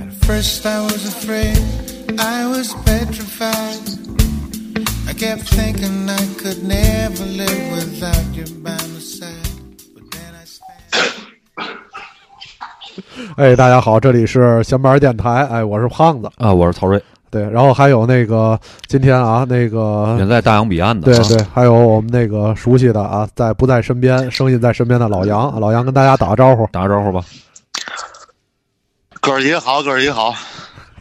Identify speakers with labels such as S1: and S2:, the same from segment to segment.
S1: At first I was afraid, I was petrified. I kept thinking I could never live without you by my side. But then I stand
S2: 哎，大家好，这里是闲板儿电台，哎，我是胖子，
S3: 啊，我是曹睿，
S2: 对，然后还有那个今天啊，那个
S3: 远在大洋彼岸的，
S2: 对
S3: 啊
S2: 对，还有我们那个熟悉的啊，在不在身边，声音在身边的老杨，啊老杨跟大家打个招呼，
S3: 打个招呼吧。
S4: 哥儿几个好，哥儿几个好，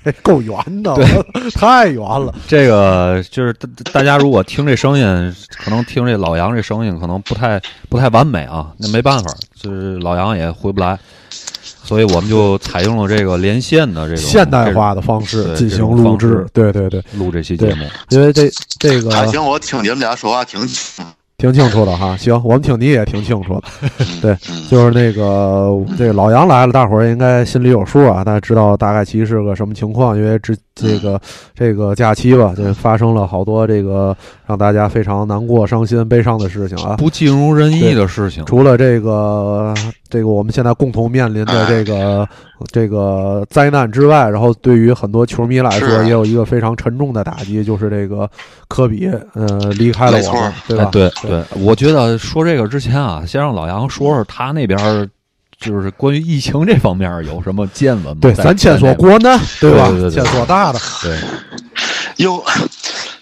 S2: 哎，够圆的， 太圆了，
S3: 这个就是大大家如果听这声音，可能听这老杨这声音可能不太不太完美啊，那没办法，就是老杨也回不来，所以我们就采用了这个连线的这种
S2: 现代化的方
S3: 这
S2: 式
S3: 种
S2: 进行
S3: 这种
S2: 录
S3: 方
S2: 制
S3: 式，
S2: 对对对，
S3: 这录这期节目。
S2: 因为这这
S3: 嗯
S2: 个
S4: 还行。我听你们俩说话挺清
S2: 挺清楚的 哈，行，我们听你也挺清楚的，对，
S4: 嗯
S2: 就是那 个这老杨来了，大伙儿应该心里有数啊，大家知道大概其是个什么情况，因为这这
S4: 嗯
S2: 个这个假期吧，就发生了好多这个让大家非常难过、伤心、悲伤的事情啊。
S3: 不尽如人意的事情，哎
S2: 除了这个这个我们现在共同面临
S4: 哎
S2: 的这个这个灾难之外，然后对于很多球迷来
S4: 是
S2: 说，
S4: 啊
S2: 也有一个非常沉重的打击，就是这个科比呃离开了
S4: 没
S2: 我
S4: 错
S2: 们
S4: 儿，
S2: 对
S3: 哎
S2: 吧？
S3: 对
S2: 对
S3: 对，我觉得说这个之前啊，先让老杨说说他那边儿就是关于疫情这方面儿有什么见闻吗？
S2: 对，
S3: 在
S2: 咱前
S3: 在
S2: 所
S3: 那边
S2: 国难，对吧
S3: 对对对？对
S2: 前所大的，
S3: 对，
S4: 哟，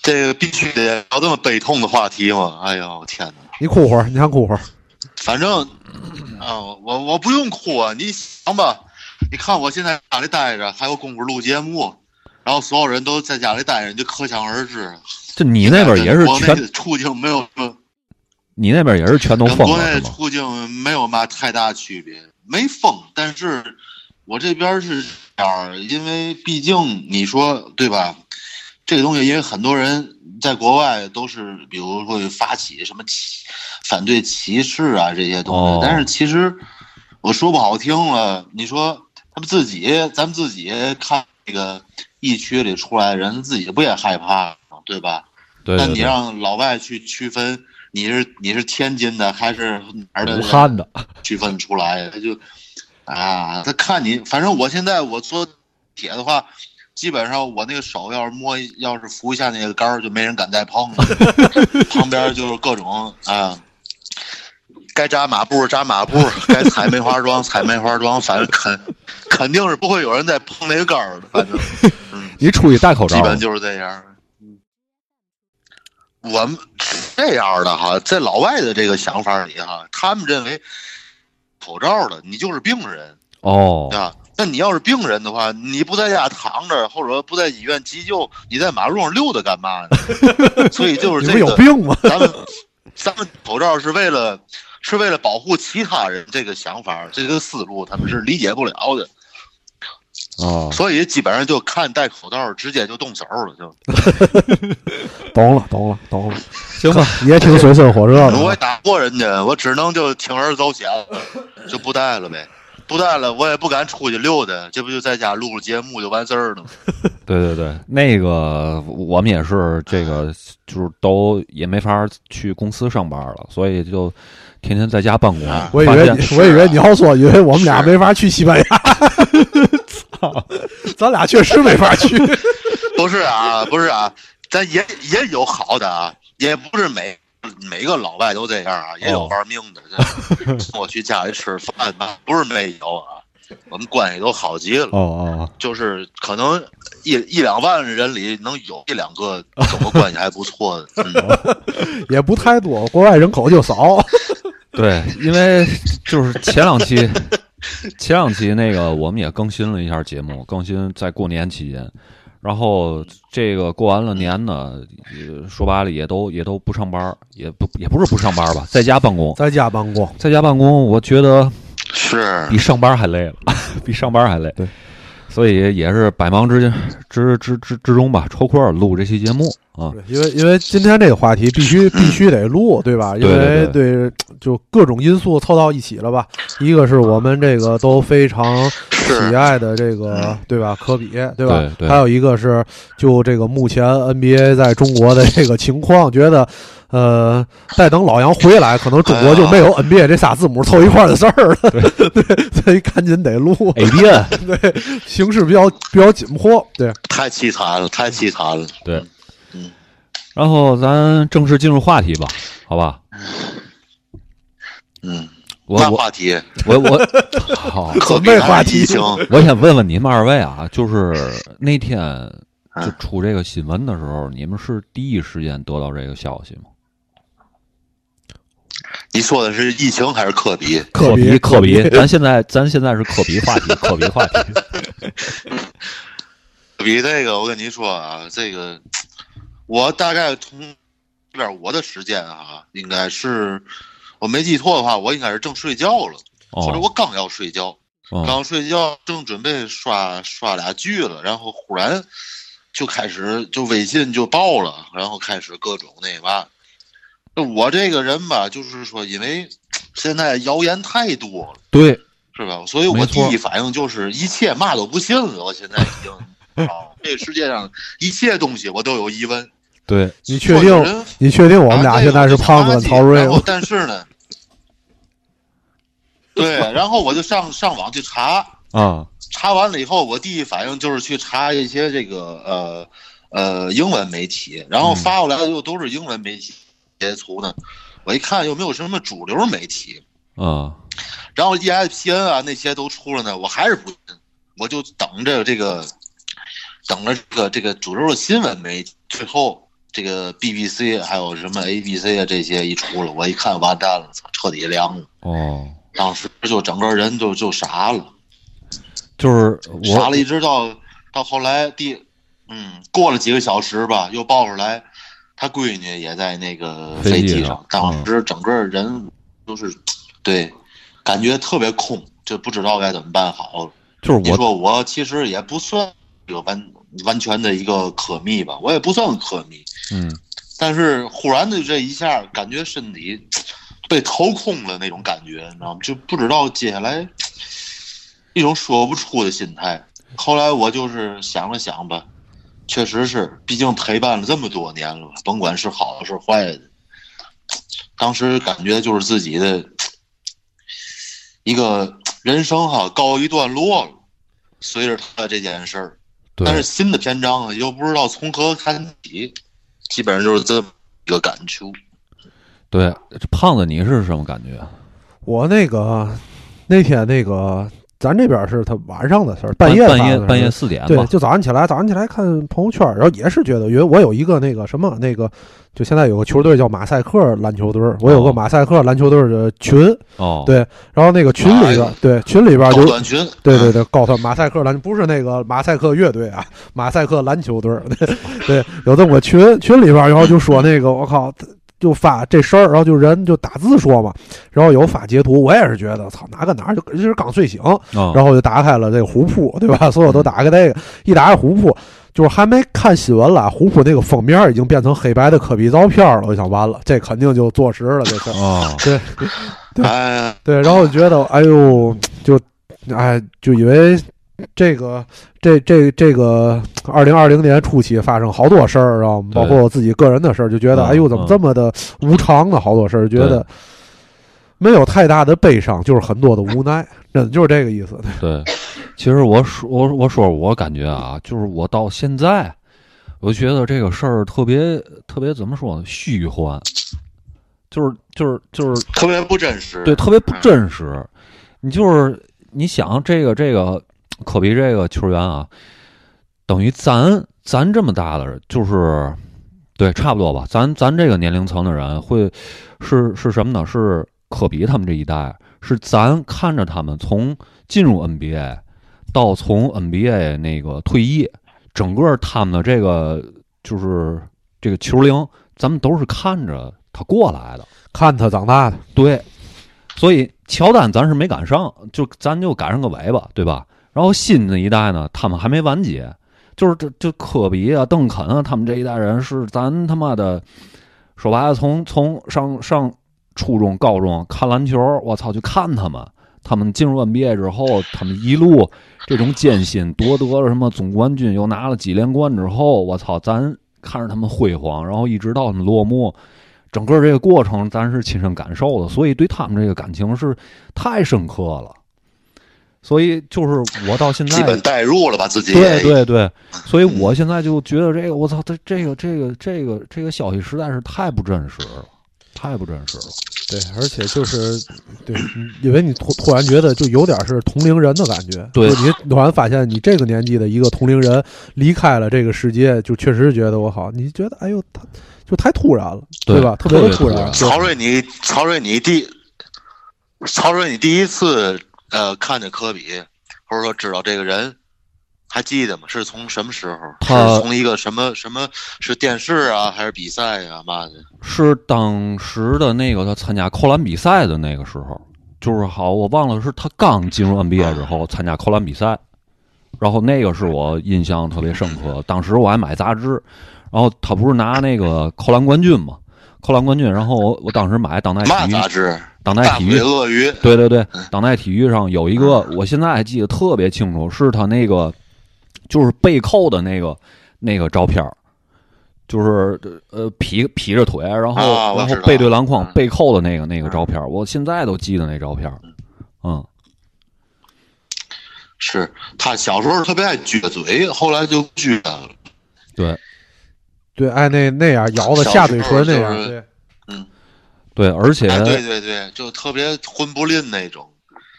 S4: 这个必须得聊这么悲痛的话题吗？哎呦，天哪！
S2: 你哭会儿，你先哭会儿。
S4: 反正啊、我我不用哭啊，你想吧，你看我现在家里待着，还有功夫录节目，然后所有人都在家里待着，你就可想而知。
S3: 这你那边儿也是
S4: 国内
S3: 全，
S4: 的处境没有什么，
S3: 你那边儿也是全都
S4: 跟
S3: 封
S4: 国内
S3: 了
S4: 的
S3: 是吗？
S4: 处境没有嘛太大区别，没封，但是我这边是这样儿，因为毕竟你说对吧？这个东西，因为很多人在国外都是，比如会发起什么歧反对歧视啊这些东西，
S3: 哦
S4: 但是其实我说不好听了，你说他们自己，咱们自己看这个疫区里出来的人，自己不也害怕吗？对吧？
S3: 对
S4: 那
S3: 对
S4: 你
S3: 对，
S4: 让老外去区分你是你是天津的还是哪儿的
S3: 武汉 的，
S4: 区分出来，他就啊，他看你，反正我现在我坐铁的话，基本上我那个手要是摸一，要是扶一下那个杆儿，就没人敢再碰了。旁边就是各种啊，该扎马步扎马步，该踩梅花桩踩梅花桩，反正肯肯定是不会有人再碰那个杆儿的，反正。
S3: 你出去戴口罩
S4: 基本就是这样。嗯我们这样的哈，在老外的这个想法里哈，他们认为口罩的你就是病人
S3: 哦，
S4: 啊。那你要是病人的话，你不在家躺着，或者说不在医院急救，你在马路上溜达干嘛 呢？所以就是
S2: 你不
S4: 这个，
S2: 有病吗？
S4: 咱们咱们口罩是为了是为了保护其他人这个想法，这个思路他们是理解不了的。
S3: 哦，
S4: 所以基本上就看戴口罩，直接就动手了，就。
S2: 懂了，懂了，懂了，
S3: 行吧，
S2: 也挺水深火热的
S4: 我也
S2: 啊。
S4: 打不过人家，我只能就铤而走险了，就不带了呗。不带了，我也不敢出去溜达，这不就在家录录节目就完事儿了吗？
S3: 对对对，那个我们也是这个，就是都也没法去公司上班了，所以就天天在家办公。
S4: 啊
S2: 我以
S3: 发
S2: 为
S3: 现
S2: 你，我以为你要说，以为我们俩
S4: 是
S2: 没法去西班牙。
S3: 啊
S2: 操， 咱俩确实没法去。
S4: 不是啊，不是啊，咱也也有好的啊，也不是每每个老外都这样啊，也有
S3: 哦
S4: 玩命的。这我去家里吃饭吧，不是没有啊，我们关系都好极了。
S3: 哦哦，
S4: 就是可能一一两万人里能有一两个跟我关系还不错的。嗯
S2: 也不太多，国外人口就少。
S3: 对，因为就是前两期，前两期那个我们也更新了一下节目，更新在过年期间，然后这个过完了年呢，呃说白了也都也都不上班儿，也不也不是不上班儿吧，在家办公，
S2: 在家办公，
S3: 在家办公，我觉得
S4: 是
S3: 比上班还累了， 比上班还累。
S2: 对，
S3: 所以也是百忙之间之之之之中吧，抽空录这期节目啊。
S2: 对因为因为今天这个话题必 须必须得录，对吧？因
S3: 对对
S2: 为对，就各种因素凑到一起了吧。一个是我们这个都非常喜爱的这个，对吧？科比，对吧？
S3: 对对
S2: 还有一个是就这个目前 NBA 在中国的这个情况，觉得。呃，再等老杨回来，可能中国就没有
S3: 哎
S2: NBA 这仨字母凑一块儿的事儿了。 对，所以赶紧得录，
S3: A B N，
S2: 对，形势比较比较紧迫。对，
S4: 太凄惨了，太凄惨了。
S3: 对。
S4: 嗯
S3: 然后咱正式进入话题吧，好吧？
S4: 嗯，
S3: 我
S4: 那
S3: 我
S4: 话题，
S3: 我我，好，
S4: 可
S2: 备话题
S4: 疫情，
S3: 我想问问你们二位啊，就是那天
S4: 嗯
S3: 就出这个新闻的时候，你们是第一时间得到这个消息吗？
S4: 你说的是疫情还是科比？
S2: 科
S3: 比，
S2: 比
S3: 科比，咱现在咱现在是科比话题，科比话 题。
S4: 科比这个，我跟您说啊，这个我大概从这边我的时间啊，应该是我没记错的话，我应该是正睡觉了，或者
S3: 哦，
S4: 我刚要睡觉。
S3: 嗯
S2: 哦
S4: 刚睡觉，正准备刷刷俩剧了，然后忽然就开始就微信就爆了，然后开始各种那嘛。那我这个人吧，就是说，因为现在谣言太多了，
S3: 对，
S4: 是吧？所以
S3: 没
S4: 我第
S3: 错
S4: 一反应就是一切嘛都不信了。我现在已 经，啊，这世界上一切东西我都有疑问。
S3: 对，
S2: 你确
S4: 或者
S2: 定
S4: 人啊
S2: 你确定我们俩现在是胖子跟曹睿
S4: 然后
S2: 吗？
S4: 但是呢， 对，然后我就上上网去查，
S3: 啊，
S4: 查完了以后，我第一反应就是去查一些这个呃呃英文媒体，然后发过来的又都是英文媒体截图呢。我一看又没有什么主流媒体，
S3: 嗯，
S4: 然后 ESPN 啊那些都出了呢，我还是不信，我就等着这个等着这个这个主流的新闻媒体，最后这个 BBC 还有什么 ABC 啊这些一出了，我一看完蛋了，操彻底凉了，
S3: 哦，
S4: 当时就整个人就就傻了。
S3: 就是
S4: 查
S3: 我
S4: 了一直到到后来第，嗯，过了几个小时吧，又爆出来他闺女也在那个
S3: 飞
S4: 飞
S3: 机
S4: 机
S3: 上嗯
S4: 上，当时整个人都是，对，感觉特别空，就不知道该怎么办好了。
S3: 就是
S4: 你
S3: 我
S4: 说我其实也不算一个完完全的一个可密吧，我也不算可密，
S3: 嗯，
S4: 但是忽然的这一下，感觉身体被掏空了那种感觉，你知道吗？就不知道接下来一种说不出的心态。后来我就是想了想吧，确实是，毕竟陪伴了这么多年了吧，甭管是好的是坏的，当时感觉就是自己的一个人生哈告一段落了。随着他这件事儿，
S3: 对，
S4: 但是新的篇章啊，又不知道从何看起，基本上就是这么一个感触。
S3: 对，这胖子你是什么感觉？
S2: 我那个那天那个咱这边是他晚上的事儿，夜
S3: 半
S2: 半
S3: 夜半夜
S2: 夜
S3: 四点
S2: 对，
S3: 吧，
S2: 就早上起来，早上起来看朋友圈，然后也是觉得，因为我有一个那个什么那个，就现在有个球队叫马赛克篮球队，我有个马赛克篮球队的群，
S3: 哦，
S2: 对，然后那个群里
S4: 哎
S2: 边
S4: 呦，
S2: 对群里
S3: 啊
S2: 边
S4: 高
S2: 就
S4: 短裙，
S2: 对对对，告诉他马赛克篮不是那个马赛克乐队啊，马赛克篮球队儿， 对对，有这么个群群里边儿，然后就说那个我靠，就发这事儿，然后就人就打字说嘛，然后有发截图，我也是觉得操哪个哪儿就就是刚睡醒，
S3: 嗯，
S2: 然后我就打开了这个虎扑，对吧？ 所有都打开这个，一打开虎扑，就是还没看新闻了，虎扑那个封面已经变成黑白的科比照片了，我想完了，这肯定就坐实了，这事儿。
S3: 哦，
S2: 对，对
S4: 哎，
S2: 对，然后我觉得，哎呦，就，哎，就以为这个，这这这个，二零二零年初期发生好多事儿啊，包括我自己个人的事儿，就觉得，
S3: 嗯
S2: 哎呦，怎么这么的无常啊呢？好多事儿，觉得哎没有太大的悲伤，就是很多的无奈， 真的就是这个意思。
S3: 对，其实我说我我说我感觉啊，就是我到现在，我觉得这个事儿特别特别怎么说呢，虚幻，就是就是就是
S4: 特别不真实。
S3: 对，特别不真实。你就是你想这个这个科比这个球员啊，等于咱咱这么大的人，就是对，差不多吧。咱咱这个年龄层的人会是是什么呢？是科比他们这一代，是咱看着他们从进入 NBA 到从 NBA 那个退役，整个他们的这个就是这个球龄，咱们都是看着他过来的。
S2: 看他长大的，
S3: 对，所以乔丹咱是没赶上，就咱就赶上个尾巴，对吧？然后新的一代呢，他们还没完结，就是这这科比啊、邓肯啊，他们这一代人是咱他妈的，说白了，从从上上初中、高中看篮球，我操，就看他们。他们进入 NBA 之后，他们一路这种艰辛，夺得了什么总冠军，又拿了几连冠之后，我操，咱看着他们辉煌，然后一直到他们落幕，整个这个过程咱是亲身感受的，所以对他们这个感情是太深刻了。所以就是我到现在
S4: 基本代入了吧自己。
S3: 对嗯对对，所以我现在就觉得这个，我操，这这个这个这个这个消息实在是太不真实了，太不真实了。
S2: 对，而且就是对，因为你突突然觉得就有点是同龄人的感觉，
S3: 对
S2: 就你突然发现你这个年纪的一个同龄人离开了这个世界，就确实觉得我好，你觉得哎呦，他就太突然了，
S3: 对
S2: 吧？特别的突
S3: 特别突
S2: 然
S3: 然，
S4: 曹睿，你曹睿，你第曹睿，你第一次呃看见科比，或者说知道这个人，还记得吗？是从什么时候？
S3: 他
S4: 是从一个什么什么是电视啊，还是比赛呀、嘛的？
S3: 是当时的那个他参加扣篮比赛的那个时候，就是好，我忘了是他刚进入 NBA 之后参加扣篮比赛，然后那个是我印象特别深刻。当时我还买杂志，然后他不是拿那个扣篮冠军嘛，扣篮冠军，然后我我当时买当代
S4: 嘛
S3: 哎体
S4: 杂
S3: 育，
S4: 志？
S3: 当代
S4: 大
S3: 体
S4: 嘴
S3: 育，
S4: 鳄鱼。
S3: 对对对，
S4: 嗯
S3: 当代体育上有一个，
S4: 啊
S3: 我现在还记得特别清楚，是他那个就是背扣的那个那个照片儿就是呃劈劈着腿，然后、
S4: 啊我
S3: 然
S4: 知
S3: 后
S4: 道
S3: 背对篮筐
S4: 嗯
S3: 背扣的那个那个照片儿我现在都记得那照片儿嗯，
S4: 是他小时候特别爱撅嘴，后来就撅了。
S3: 对
S2: 对，哎那那样摇的
S4: 小
S2: 下嘴
S4: 时候
S2: 唇
S4: 就
S2: 那样，
S4: 是
S2: 对
S3: 对，而且、
S4: 哎，对对对，就特别混不吝那种。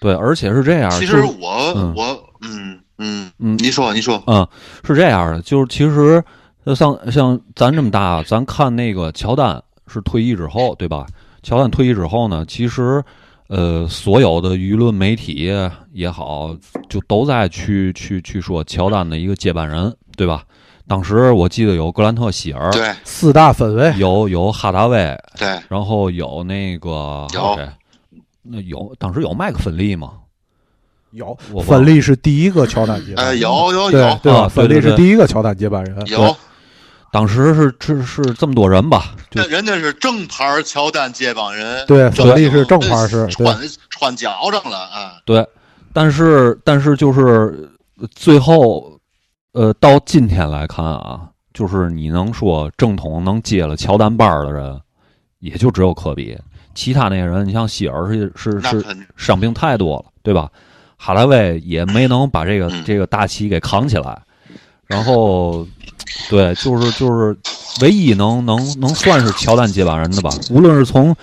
S3: 对而且是这样，
S2: 啊
S4: 其
S3: 就
S4: 实
S3: 是
S4: 我、
S3: 嗯
S4: 我嗯嗯
S3: 嗯
S4: 你说你说，
S3: 嗯，是这样的，就是其实呃像像咱这么大，啊咱看那个乔丹是退役之后，对吧？乔丹退役之后呢，其实呃，所有的舆论媒体也好，就都在去去去说乔丹的一个接班人，对吧？当时我记得有格兰特希尔，
S4: 对
S2: 四大分位，
S3: 有有哈达威，
S4: 对，
S3: 然后有那个还
S4: 有
S3: 谁？那有当时有麦克芬利吗？
S2: 有
S3: 我忘
S2: 粉利是第一个乔丹接班
S4: 哎
S2: 人，
S4: 有有
S2: 对
S4: 有
S2: 对吧？
S3: 啊对
S2: 粉利
S3: 对
S2: 是
S3: 对
S2: 第一个乔丹接班人，
S4: 有，
S3: 当时是是是这么多人吧？就
S4: 那人家是正牌乔丹接帮人，
S2: 对
S4: 正
S2: 粉利是正牌是
S4: 这
S2: 对
S4: 穿穿脚上了啊，
S3: 对，但是但是就是呃最后，呃，到今天来看啊，就是你能说正统能接了乔丹班儿的人，也就只有科比，其他那些人，你像希尔是是
S4: 那
S3: 是
S4: 肯
S3: 伤病太多了，对吧？哈达威也没能把这个
S4: 嗯
S3: 这个大旗给扛起来，然后，对，就是就是唯一能能能算是乔丹接班人的吧，无论是从。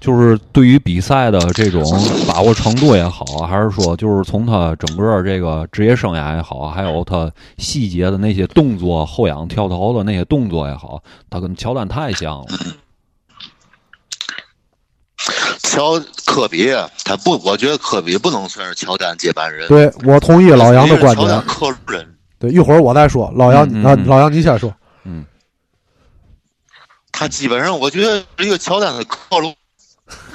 S3: 就是对于比赛的这种把握程度也好，啊还是说就是从他整个这个职业生涯也好，啊还有他细节的那些动作、后仰跳投的那些动作也好，他跟乔丹太像了。
S4: 乔科比啊他不，我觉得科比不能算是乔丹接班人，
S2: 对我同意老杨的观
S4: 乔
S2: 点，
S4: 丹克隆人，
S2: 对一会儿我再说，老杨
S3: 嗯嗯
S2: 啊
S3: 嗯
S2: 老杨你先说，
S4: 他基本上我觉得是一个乔丹的克隆，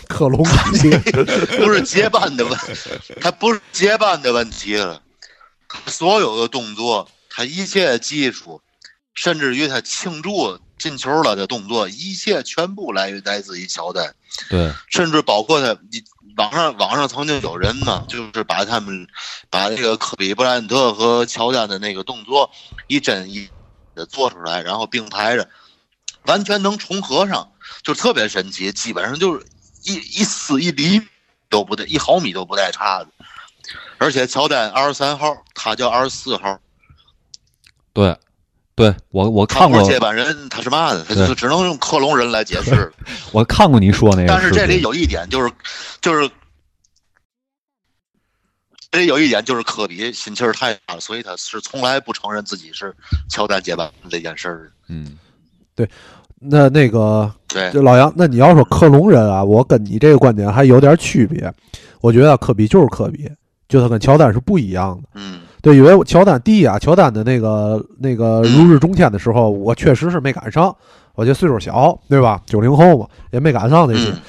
S2: 克隆比
S4: 不是接班的问，他不是接班的问题了，所有的动作，他一切技术，甚至于他庆祝进球了的动作，一切全部来源来自于乔丹。
S3: 对，
S4: 甚至包括他，你网上网上曾经有人呢，就是把他们把那个科比布莱恩特和乔丹的那个动作一真一的做出来，然后并排着，完全能重合上，就特别神奇，基本上就是一一丝一厘都不带，一毫米都不带差的。而且乔丹二十三号，他叫二十四号，
S3: 对，对我我
S4: 他
S3: 看
S4: 不
S3: 过
S4: 是，接班人，他是嘛的，他就只能用克隆人来解释。
S3: 我看过你说那个视频。
S4: 但是这里有一点就是，就是这里有一点就是科比心气儿太大，所以他是从来不承认自己是乔丹接班人这件事儿。
S3: 嗯，
S2: 那那个
S4: 对，
S2: 就老杨，那你要说克隆人啊，我跟你这个观点还有点区别。我觉得啊科比就是科比，就他跟乔丹是不一样的。
S4: 嗯，
S2: 对，因为乔丹第一啊，乔丹的那个那个如日中天的时候，我确实是没赶上。我觉得岁数小，对吧？九零后嘛，也没赶上那些。
S4: 嗯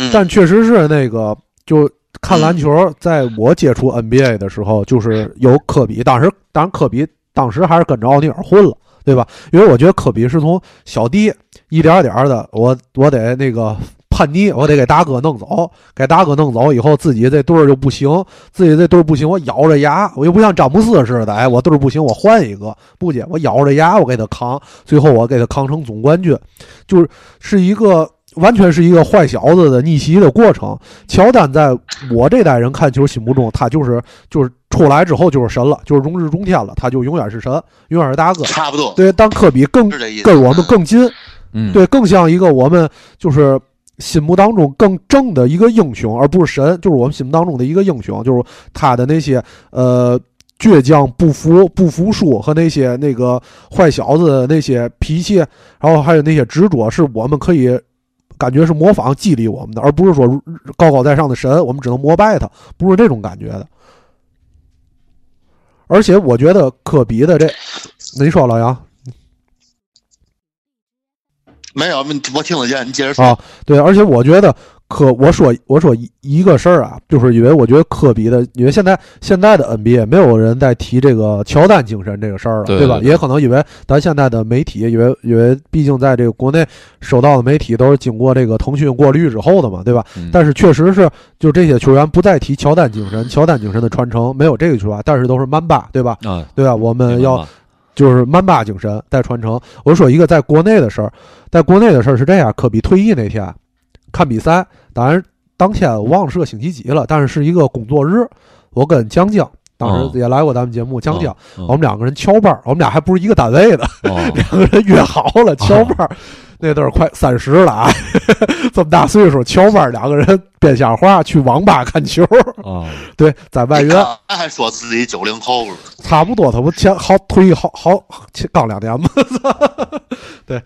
S4: 嗯
S2: 但确实是那个，就看篮球，在我接触 NBA 的时候，就是有科比。当时，当然科比当时还是跟着奥尼尔混了，对吧？因为我觉得科比是从小弟一点儿点儿的，我我得那个叛逆，我得给大哥弄走，给大哥弄走以后，自己这队儿就不行，自己这队儿不行，我咬着牙，我又不像詹姆斯似的，哎，我队儿不行，我换一个，不姐，我咬着牙，我给他扛，最后我给他扛成总冠军，就是是一个。完全是一个坏小子的逆袭的过程。乔丹在我这代人看球心目中，他就是就是出来之后就是神了，就是荣至中天了，他就永远是神，永远是大哥。
S4: 差不多
S2: 对，但科比更
S4: 是这意思。
S2: 跟我们更近，
S3: 嗯，
S2: 对，更像一个我们就是心目当中更正的一个英雄，而不是神，就是我们心目当中的一个英雄，就是他的那些呃倔强、不服、不服输和那些那个坏小子的那些脾气，然后还有那些执着，是我们可以。感觉是模仿激励我们的，而不是说高高在上的神，我们只能膜拜他，不是这种感觉的。而且我觉得科比的这，你说老杨，
S4: 没有，你我听得见，你接着说。
S2: 啊，对，而且我觉得科，我说我说一一个事儿啊，就是因为我觉得科比的，因为现在现在的 NBA 没有人在提这个乔丹精神这个事儿了，
S3: 对
S2: 吧？
S3: 对对
S2: 也可能因为咱现在的媒体，因为因为毕竟在这个国内收到的媒体都是经过这个腾讯过滤之后的嘛，对吧？
S3: 嗯
S2: 但是确实是，就这些球员不再提乔丹精神，乔丹精神的传承没有这个球员，但是都是曼巴，对吧？
S3: 啊，
S2: 对吧？我们
S3: 明白
S2: 呃要
S3: 了
S2: 就是曼巴精神在传承。我说一个在国内的事儿，在国内的事儿是这样：科比退役那天看比赛，当然当天我忘了是个星期几了，但是是一个工作日。我跟江江当
S3: 哦
S2: 时也来过咱们节目，江江、
S3: 嗯
S2: 我们两个人翘班儿，我们俩还不是一个单位的，
S3: 哦，
S2: 两个人约好了翘班儿。那都是快三十了啊， 这么大岁数翘班儿，两个人编瞎话去网吧看球，
S3: 哦，
S2: 对，在外
S4: 你
S2: 约。
S4: 看他还说自己九零后了，
S2: 差不多，他不前好退好好前刚两年嘛， 对。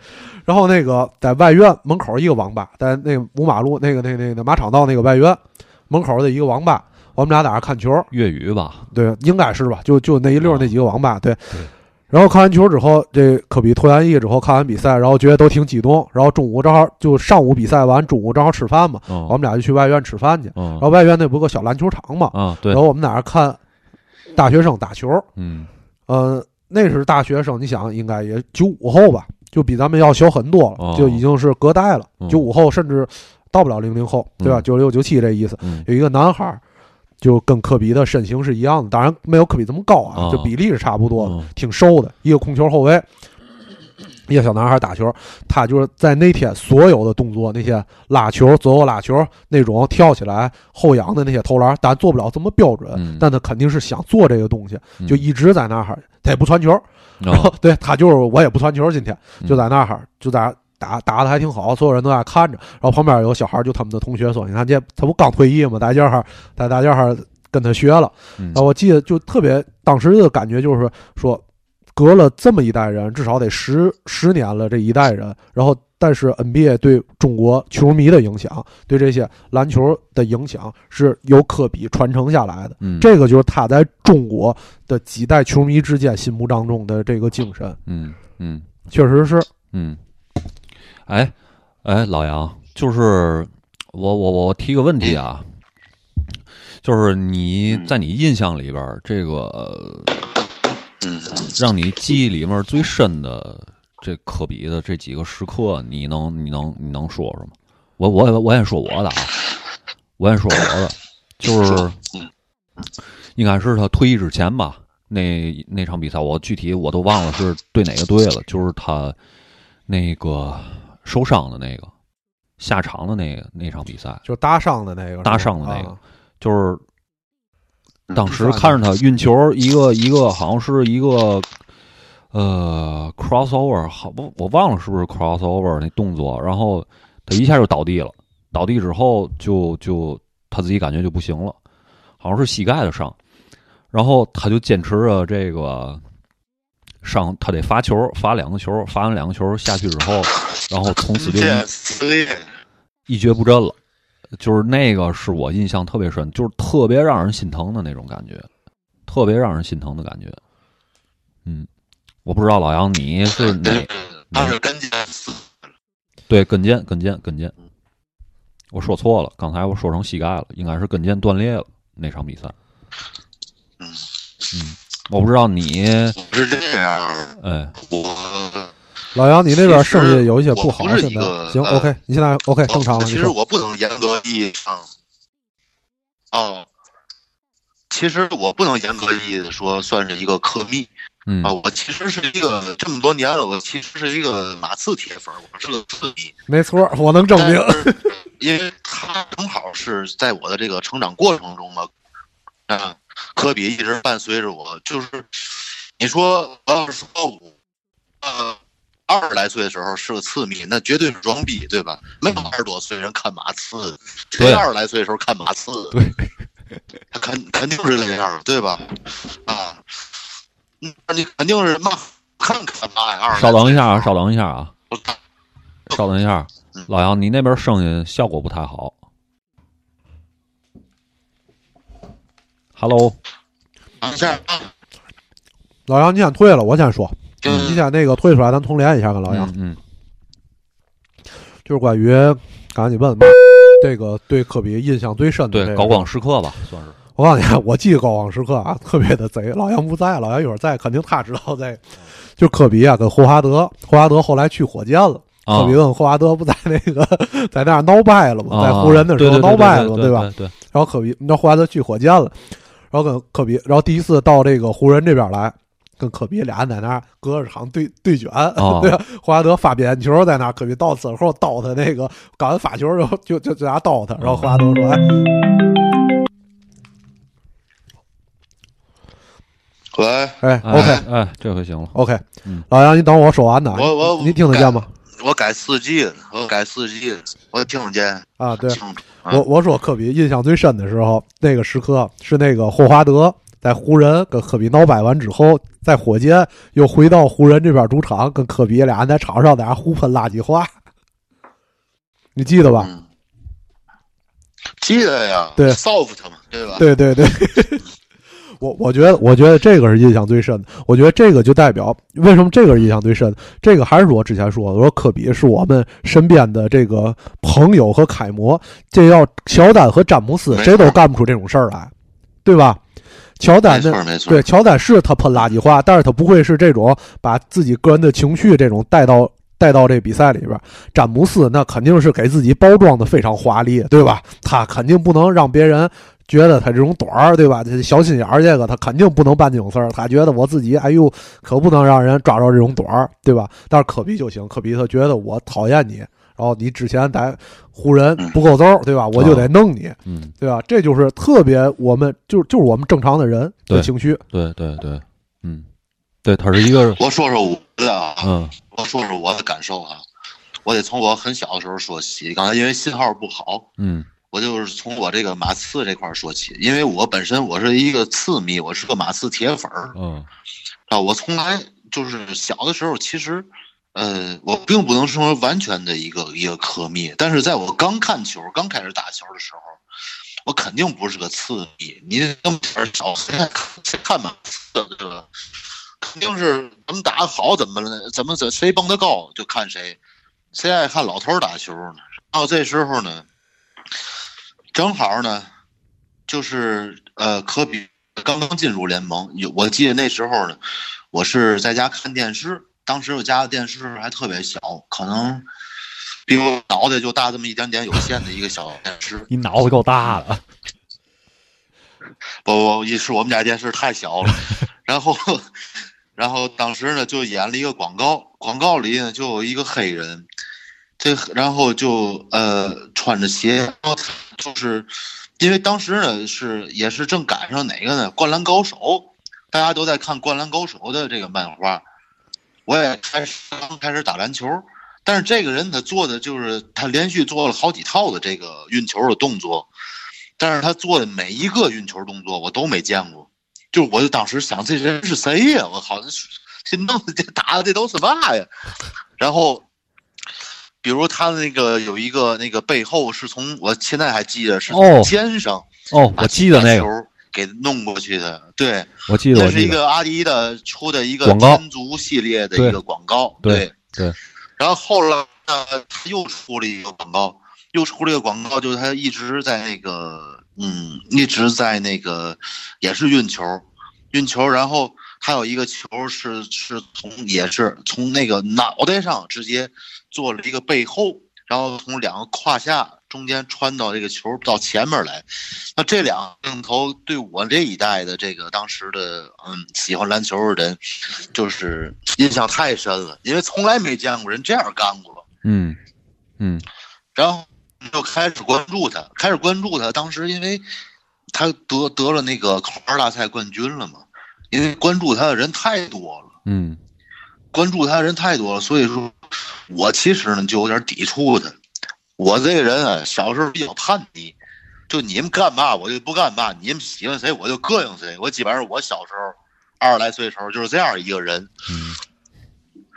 S2: 然后那个在外院门口一个网吧，在那个五马路那个那那那马场道那个外院门口的一个网吧，我们俩在那儿看球，
S3: 粤语吧，
S2: 对，应该是吧？就就那一溜儿
S3: 啊
S2: 那几个网吧，对。然后看完球之后，这科比退完役之后看完比赛，然后觉得都挺激动。然后中午正好就上午比赛完，中午正好吃饭嘛，我
S3: 哦，
S2: 们俩就去外院吃饭去。
S3: 嗯
S2: 然后外院那不有个小篮球场嘛，
S3: 啊，对
S2: 然，后我们在那儿看大学生打球，
S3: 嗯，
S2: 呃，那是大学生，你想应该也九五后吧，就比咱们要小很多了，
S3: 哦
S2: 就已经是隔代了。
S3: 嗯
S2: 九五后甚至到不了零零后，对吧？
S3: 嗯
S2: 九六九七这意思。
S3: 嗯
S2: 有一个男孩儿，就跟科比的身形是一样的，当然没有科比这么高啊，
S3: 哦
S2: 就比例是差不多的，
S3: 嗯
S2: 挺瘦的，一个控球后卫。一个小男孩打球，他就是在那天所有的动作，那些拉球、左右拉球那种跳起来后仰的那些投篮，咱做不了这么标准，
S3: 嗯
S2: 但他肯定是想做这个东西，
S3: 嗯
S2: 就一直在那儿喊，他也不传球， 然
S3: 哦
S2: 后对他就是我也不传球，今天
S3: 嗯
S2: 就在那儿喊，就在那儿打打的还挺好，所有人都在那儿看着，然后旁边有小孩儿就他们的同学说，你看这他不刚退役嘛，大家哈在大家哈跟他学了，
S3: 嗯
S2: 然啊后我记得就特别当时的感觉就是说，隔了这么一代人，至少得十十年了这一代人，然后但是 NBA 对中国球迷的影响，对这些篮球的影响是由科比传承下来的。
S3: 嗯，
S2: 这个就是他在中国的几代球迷之间心目当中的这个精神，
S3: 嗯嗯。
S2: 确实是
S3: 嗯，哎，哎，老杨，就是我我我提个问题啊，就是你在你印象里边儿，这个
S4: 嗯，
S3: 让你记忆里面最深的这科比的这几个时刻，你能你能你能说说吗？我我也我也说我的啊，我也说我的，就是应该是他退役之前吧。那那场比赛我具体我都忘了是对哪个队了，就是他那个受伤的那个下场的那个那场比赛，
S2: 就是搭上的那个是吧
S3: 搭上的那个
S2: 啊
S3: 就是
S4: 嗯
S3: 当时看着他运球，一个一个好像是一个呃 crossover，好不我忘了是不是 crossover 那动作，然后他一下就倒地了，倒地之后就就他自己感觉就不行了，好像是膝盖的伤，然后他就坚持着这个。上他得罚球，罚两个球，罚完两个球下去之后，然后从此就一
S4: 这撕裂
S3: 一蹶不振了，就是那个是我印象特别深，就是特别让人心疼的那种感觉，特别让人心疼的感觉。嗯，我不知道老杨你是哪
S4: 对，嗯他是跟腱撕
S3: 对跟腱跟腱跟腱，我说错了，刚才我说成膝盖了，应该是跟腱断裂了那场比赛。嗯我不知道你，
S4: 是这样，
S3: 哎，
S4: 我
S2: 老杨，你那边
S4: 其
S2: 剩
S4: 实
S2: 下有一些
S4: 我
S2: 不好，
S4: 不是
S2: 现
S4: 一
S2: 在
S4: 个
S2: 行
S4: 呃
S2: ，OK，你现在 OK 正常了，
S4: 其
S2: 你
S4: 实
S2: 说
S4: 我不能严格意义上，哦，其实我不能严格意义的说算是一个科密
S3: 嗯
S4: 啊，我其实是一个这么多年了，我其实是一个马刺铁粉，我是个刺迷。
S2: 没错，我能证明。
S4: 但是因为他正好是在我的这个成长过程中嘛，啊，科比一直伴随着我。就是你说我要是说我，呃，二十来岁的时候是个次迷，那绝对是装逼，对吧？没有二十多岁人看马刺，谁
S3: 对啊
S4: 二十来岁的时候看马刺？对，他肯肯定是这样，对吧？啊，嗯那你肯定是嘛看看嘛呀？二十来
S3: 稍等一下啊，稍等一下啊，
S4: 我操
S3: 稍等一下
S4: 嗯，
S3: 老杨，你那边声音效果不太好。Hello，
S4: 等一下啊，
S2: 老杨，你先退了，我先说，
S4: 就
S2: 你先那个退出来，咱重连一下，跟老杨，
S3: 嗯嗯，
S2: 就是关于刚才你问嘛这个对科比印象最深的、这
S3: 对，
S2: 个
S3: 高光时刻吧，算是。
S2: 我告诉你啊，我记高光时刻啊，特别的贼。老杨不在，老杨一会儿在，肯定他知道这个。就科比啊，跟霍华德，霍华德后来去火箭了。
S3: 啊
S2: 科比跟霍华德不在那个 在那儿闹掰了嘛，在湖人的时候
S3: 啊
S2: 闹掰了嘛，
S3: 对对对对
S2: 吧？
S3: 对，对
S2: 然后科比，你知道霍华德去火箭了，然后跟科比，然后第一次到这个湖人这边来，跟科比俩人在那儿隔着场对对卷，
S3: 哦
S2: 对吧？霍华德发边球在那儿，科比到此后叨他那个，刚才发球就就就就拿叨他，然后霍华德说：“哎，
S4: 喂。
S2: 哎
S3: 哎
S2: ，OK
S3: 哎，这回行了。
S2: OK，
S3: 嗯
S2: 老杨，你等我说完呢啊，
S4: 我我
S2: 你你听得见吗？
S4: 我改四 G，我改四 G，我听得见，
S2: 啊，哦对
S4: 听，不见啊
S2: 我我说科比印象最深的时候，那个时刻是那个霍华德在湖人跟科比闹掰完之后，在火箭又回到湖人这边主场，跟科比俩人在场上在那互喷垃圾话，你记得吧？
S4: 嗯，记得呀，
S2: 啊对
S4: ，soft 嘛，对吧？
S2: 对对对， 我我觉得我觉得这个是印象最深的。我觉得这个就代表为什么这个是印象最深的。这个还是我之前说的，我说科比是我们身边的这个朋友和楷模，这要乔丹和詹姆斯
S4: 没错
S2: 谁都干不出这种事儿来，对吧？乔丹
S4: 没
S2: 的
S4: 错没错，
S2: 对，乔丹是他喷垃圾话，但是他不会是这种把自己个人的情绪这种带到带到这比赛里边儿。詹姆斯那肯定是给自己包装的非常华丽，对吧？他肯定不能让别人觉得他这种短儿，对吧？这小心眼儿这个他肯定不能办这种事儿。他觉得我自己，哎呦，可不能让人抓着这种短儿，对吧？但是科比就行，科比他觉得我讨厌你，然后你之前在湖人不够揍，对吧？我就得弄你，
S3: 嗯，
S2: 对吧？这就是特别我们就就是我们正常的人的
S3: 对
S2: 情绪。
S3: 对对对，嗯，对，他是一个，
S4: 我说说我的啊，
S3: 嗯
S4: 我说说我的感受啊，我得从我很小的时候说起。刚才因为信号不好，
S3: 嗯
S4: 我就是从我这个马刺这块儿说起，因为我本身我是一个刺迷，我是个马刺铁粉儿
S3: 嗯
S4: 啊，我从来就是小的时候，其实，呃，我并不能说完全的一个一个科密，但是在我刚看球、刚开始打球的时候，我肯定不是个次迷。你那么点儿小，谁还看谁看马刺的对吧？肯定是怎么打得好，怎么了怎么怎谁蹦得高就看谁，谁爱看老头儿打球呢？到这时候呢，正好呢，就是呃，科比刚刚进入联盟，有我记得那时候呢，我是在家看电视，当时我家的电视还特别小，可能比我脑袋就大这么一点点，有限的一个小电视。
S5: 你脑子够大的，
S4: 不不，一是我们家电视太小了，然后， 然后当时呢就演了一个广告，广告里呢就有一个黑人，这然后就呃穿着鞋，然后就是因为当时呢是也是正赶上哪个呢《灌篮高手》，大家都在看《灌篮高手》的这个漫画，我也开始刚开始打篮球。但是这个人他做的就是他连续做了好几套的这个运球的动作，但是他做的每一个运球动作我都没见过，就我就当时想这人是谁呀、我靠，这这弄的这打的这都是嘛呀？然后，比如他那个有一个那个背后是从我现在还记得是
S3: 哦
S4: 从肩上
S3: 哦，我记得那个，
S4: 个给弄过去的，对，
S3: 我记得
S4: 这
S3: 我
S4: 是一
S3: 记得，
S4: 个阿迪的出的一个
S3: 广告
S4: 天足系列的
S3: 对
S4: 一个广告，
S3: 对对
S4: 然后后来呢，他又出了一个广告，又出了一个广告，就是他一直在那个，嗯，一直在那个，也是运球，运球，然后还有一个球是是从也是从那个脑袋上直接做了一个背后，然后从两个胯下中间穿到这个球到前面来。那这两个镜头对我这一代的这个当时的嗯喜欢篮球的人，就是印象太深了，因为从来没见过人这样干过。
S3: 嗯嗯
S4: 然后就开始关注他，开始关注他。当时因为他得得了那个口号大赛冠军了嘛，因为关注他的人太多了，
S3: 嗯
S4: 关注他的人太多了，所以说，我其实呢就有点抵触他。我这个人啊，小时候比较叛逆，就你们干嘛我就不干嘛，你们喜欢谁我就膈应谁。我基本上我小时候二十来岁时候就是这样一个人，
S3: 嗯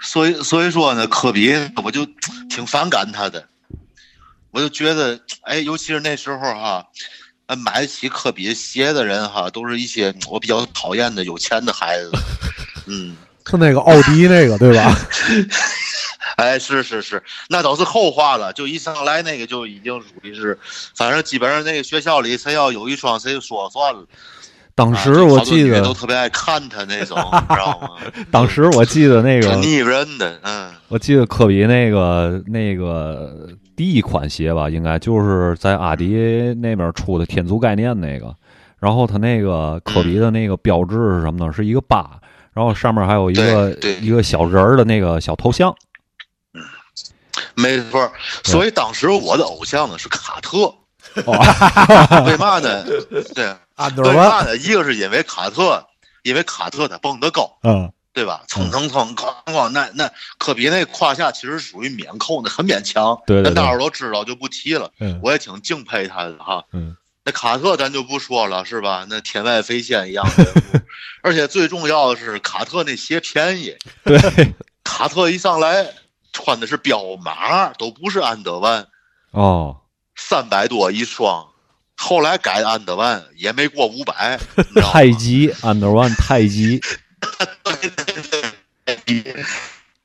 S4: 所以所以说呢，科比我就挺反感他的，我就觉得，哎，尤其是那时候哈、呃买得起科比鞋的人哈、都是一些我比较讨厌的有钱的孩子，嗯，
S2: 就那个奥迪那个， 对吧？
S4: 哎，是是是，那都是后话了，就一上来那个就已经属于是，反正基本上那个学校里谁要有一双谁就说算了，
S3: 当
S4: 啊
S3: 时
S4: 就
S3: 我
S4: 好多
S3: 记
S4: 女的
S3: 得，
S4: 都特别爱看他 那种，你知道吗？
S3: 当时我记得那个
S4: 挺，腻人的，嗯。
S3: 我记得科比那个那个第一款鞋吧，应该就是在阿迪那边出的天足概念那个。然后他那个科比的那个标志是什么呢？是一个八，然后上面还有一个
S4: 对对
S3: 一个小人儿的那个小头像。
S4: 没错儿，所以当时我的偶像呢是卡特。
S3: 哦
S4: 为 嘛呢？对，
S2: 安德
S4: 为
S2: 万，
S4: 嘛呢？一个是因为卡特，因为卡特他蹦得高，
S2: 嗯，
S4: 对吧？蹭蹭蹭，哐哐，那那科比那胯下其实属于免扣的，很勉强。
S3: 对对
S4: 咱大伙
S3: 对，
S4: 儿都知道，就不提了。
S3: 嗯
S4: 我也挺敬佩他的哈。
S3: 嗯，
S4: 那卡特咱就不说了，是吧？那天外飞仙一样的人 物，而且最重要的是卡特那鞋便宜。
S3: 对，
S4: 卡特一上来穿的是彪马，都不是安德万。
S3: 哦，
S4: 三百多一双，后来改的安德万也没过五百，你知道吗
S3: 太极 Under One 太极，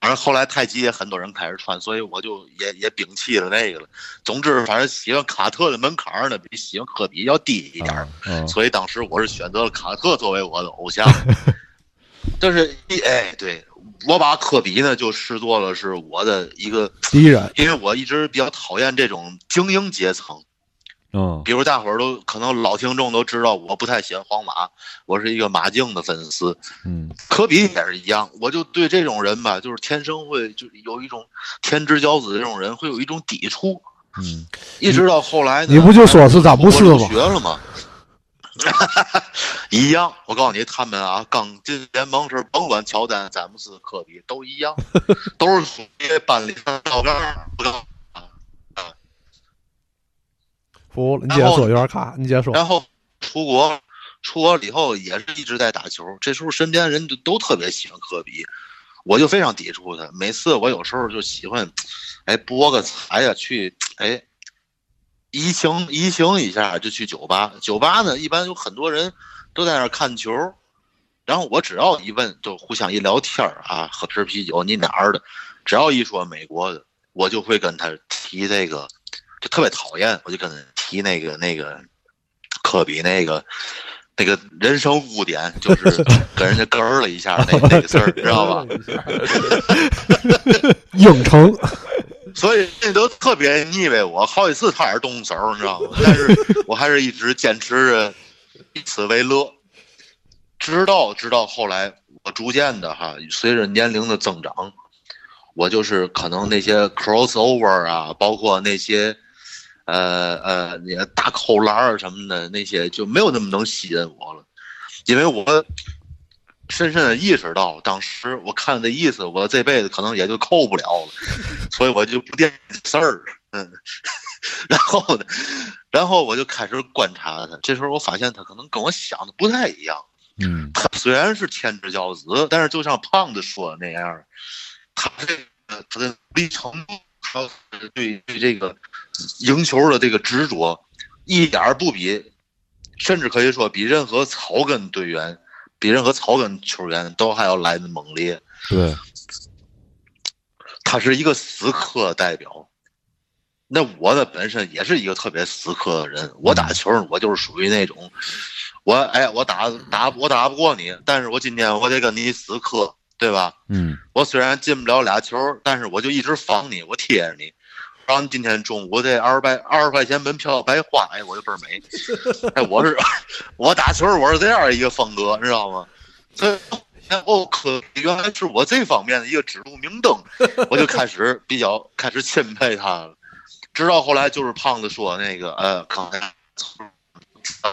S4: 反正后来太极也很多人开始穿，所以我就也也摒弃了那个了。总之，反正喜欢卡特的门槛儿呢，比喜欢科比要低一点儿。
S3: 啊嗯
S4: 所以当时我是选择了卡特作为我的偶像，就是一哎，对我把科比呢就视作了是我的一个，
S2: 第一人，
S4: 因为我一直比较讨厌这种精英阶层，
S3: 嗯
S4: 比如大伙儿都可能老听众都知道，我不太喜欢皇马，我是一个马竞的粉丝。
S3: 嗯
S4: 科比也是一样，我就对这种人吧，就是天生会就有一种天之骄子这种人会有一种抵触，
S3: 嗯，
S4: 一直到后来呢，
S2: 你不就说是詹姆
S4: 我
S2: 斯
S4: 入
S2: 吗
S4: 学？了吗？ 一样，我告诉你，他们啊，刚进联盟时，甭管乔丹、詹姆斯、科比，都一样，都是属于班里三道杠儿，不告
S2: 不，你姐说有点卡，你姐说，
S4: 然后出国，出国了以后也是一直在打球。这时候身边人就都特别喜欢科比，我就非常抵触他。每次我有时候就喜欢，哎，拨个财呀、去哎，移情移情一下，就去酒吧。酒吧呢，一般有很多人都在那儿看球。然后我只要一问，就互相一聊天儿啊，喝瓶啤酒，你哪儿的？只要一说美国的，我就会跟他提这个，就特别讨厌，我就跟他提那个那个科比那个那个人生污点，就是跟人家哏儿了一下那那个事儿，知道 吧？
S2: 应承，
S3: 哦
S4: 所以那都特别腻歪我，好几次差点动手，你知道吗？但是我还是一直坚持着以此为乐，直到直到后来，我逐渐的哈，随着年龄的增长，我就是可能那些 crossover 啊，包括那些呃呃那些大扣篮儿啊什么的那些，就没有那么能吸引我了，因为我。深深的意识到，当时我看这意思，我这辈子可能也就扣不了了。所以我就不惦记事儿，嗯， 然后呢，然后我就开始观察他。这时候我发现他可能跟我想的不太一样。
S3: 嗯
S4: 他虽然是天之骄子，但是就像胖子说的那样，他这个他的努力程度，还有他对对这个赢球的这个执着，一点儿不比，甚至可以说比任何草根队员，比任何草根球员都还要来的猛烈。
S3: 对，
S4: 他是一个死磕的代表。那我呢，本身也是一个特别死磕的人。我打球，我就是属于那种，我哎，我打打我打不过你，但是我今天我得跟你死磕，对吧？
S3: 嗯
S4: 我虽然进不了俩球，但是我就一直防你，我贴着你，然后今天中午这二十块二十块钱门票白花，哎，我就倍儿美。哎，我是我打球我是这样一个风格，你知道吗？所以我可原来是我这方面的一个指路明灯，我就开始比较开始钦佩他了。直到后来就是胖子说那个呃，刚才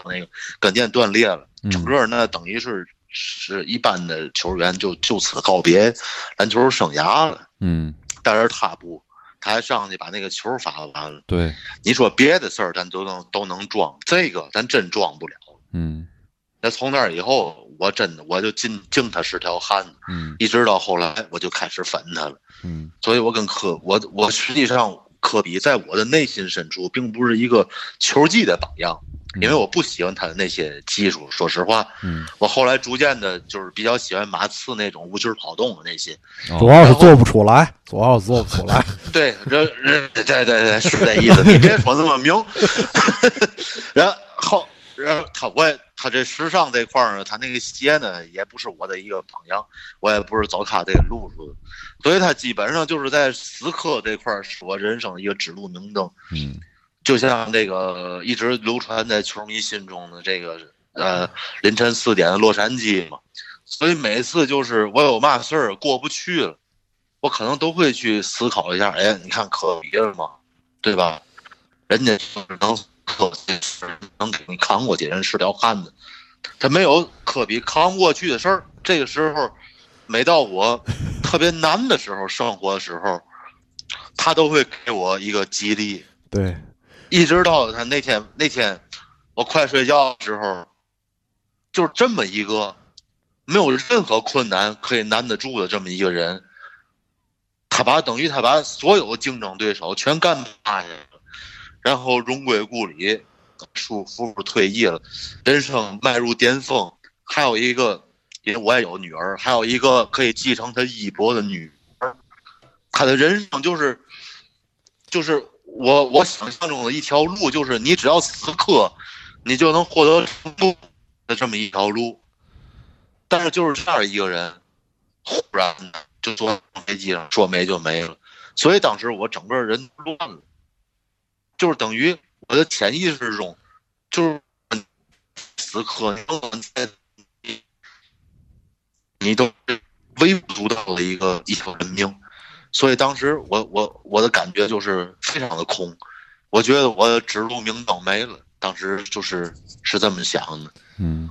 S4: 那个跟腱断裂了。
S3: 嗯
S4: 整个呢等于是是一般的球员就就此告别篮球生涯了。
S3: 嗯，
S4: 但是他不，他还上去把那个球罚完了。
S3: 对，
S4: 你说别的事儿咱都能都能装，这个咱真装不了。
S3: 嗯
S4: 那从那以后，我真的我就敬敬他是条汉子，
S3: 嗯
S4: 一直到后来我就开始粉他了。
S3: 嗯
S4: 所以我跟科我我实际上科比在我的内心深处并不是一个球技的榜样，
S3: 嗯
S4: 因为我不喜欢他的那些技术。说实话，
S3: 嗯，
S4: 我后来逐渐的，就是比较喜欢马刺那种无球跑动的那些。
S3: 哦
S2: 主要是做不出来，主要是做不出来。
S4: 对，这这 对对对，是这意思。你别说那么明。 然后，然后他我也他这时尚这块儿呢，他那个鞋呢，也不是我的一个榜样，我也不是走他这个路数的，所以他基本上就是在时刻这块儿是我人生的一个指路明灯。
S3: 嗯
S4: 就像这个一直流传在球迷心中的这个呃凌晨四点的洛杉矶嘛，所以每次就是我有嘛事儿过不去了，我可能都会去思考一下，哎，你看科比了嘛，对吧？人家就是能科这事儿能给你扛过去，人是条汉子，他没有科比扛不过去的事儿。这个时候，每到我特别难的时候，生活的时候，他都会给我一个激励。
S2: 对，
S4: 一直到他那天那天我快睡觉的时候，就是这么一个没有任何困难可以难得住的这么一个人，他把等于他把所有竞争对手全干趴下了，然后荣归故里，舒服服退役了，人生迈入巅峰。还有一个，因为我也有女儿，还有一个可以继承他衣钵的女儿，他的人生就是就是我我想象中的一条路，就是你只要死磕，你就能获得成功的这么一条路。但是就是这样一个人，忽然的就坐飞机上，说没就没了。所以当时我整个人乱了，就是等于我的潜意识中，就是死磕，你你都是微不足道的一个一条人命。所以当时我我我的感觉就是非常的空，我觉得我指路明灯没了。当时就是是这么想的，
S3: 嗯。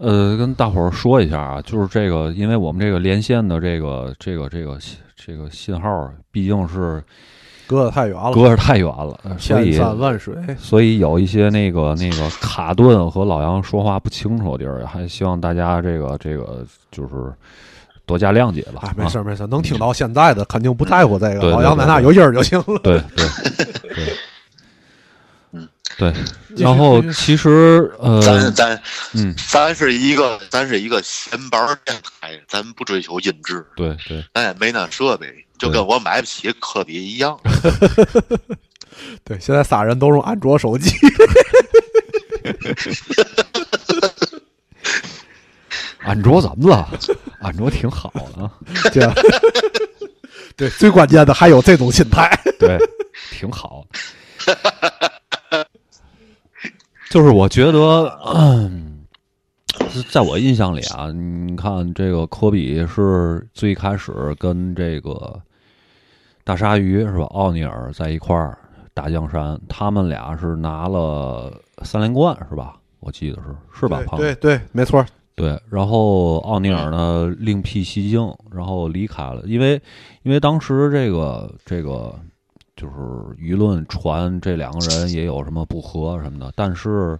S3: 呃，跟大伙儿说一下啊，就是这个，因为我们这个连线的这个这个这个这个信号，毕竟是
S2: 隔得太远了，
S3: 隔着太远了，呃所
S2: 千
S3: 以
S2: 山万水。
S3: 所以有一些那个那个卡顿和老杨说话不清楚的地儿，还希望大家这个这个就是多加谅解吧。
S2: 哎
S3: 啊，
S2: 没事儿没事儿，能听到现在的肯定不在乎这个，
S3: 对
S2: 老杨在那
S3: 对对
S2: 有音儿就行了。
S3: 对对对，
S4: 嗯
S3: 对。
S2: 续
S3: 然后
S2: 继续
S3: 其实呃，
S4: 咱咱
S3: 嗯，
S4: 咱是一个咱是一个闲班儿电台，咱不追求音质，
S3: 对对
S4: 咱也没那设备，就跟我买不起科比一样。
S2: 对，现在仨人都用安卓手机。
S3: 安卓怎么了？安卓挺好的啊，
S2: 对啊， 对，最关键的还有这种心态。
S3: 对，挺好。就是我觉得，嗯在我印象里啊，你看这个科比是最开始跟这个大鲨鱼是吧，奥尼尔在一块儿打江山，他们俩是拿了三连冠是吧？我记得是是吧，胖子？
S2: 对对，没错。
S3: 对，然后奥尼尔呢另辟蹊径，然后离开了，因为因为当时这个这个就是舆论传这两个人也有什么不和什么的，但是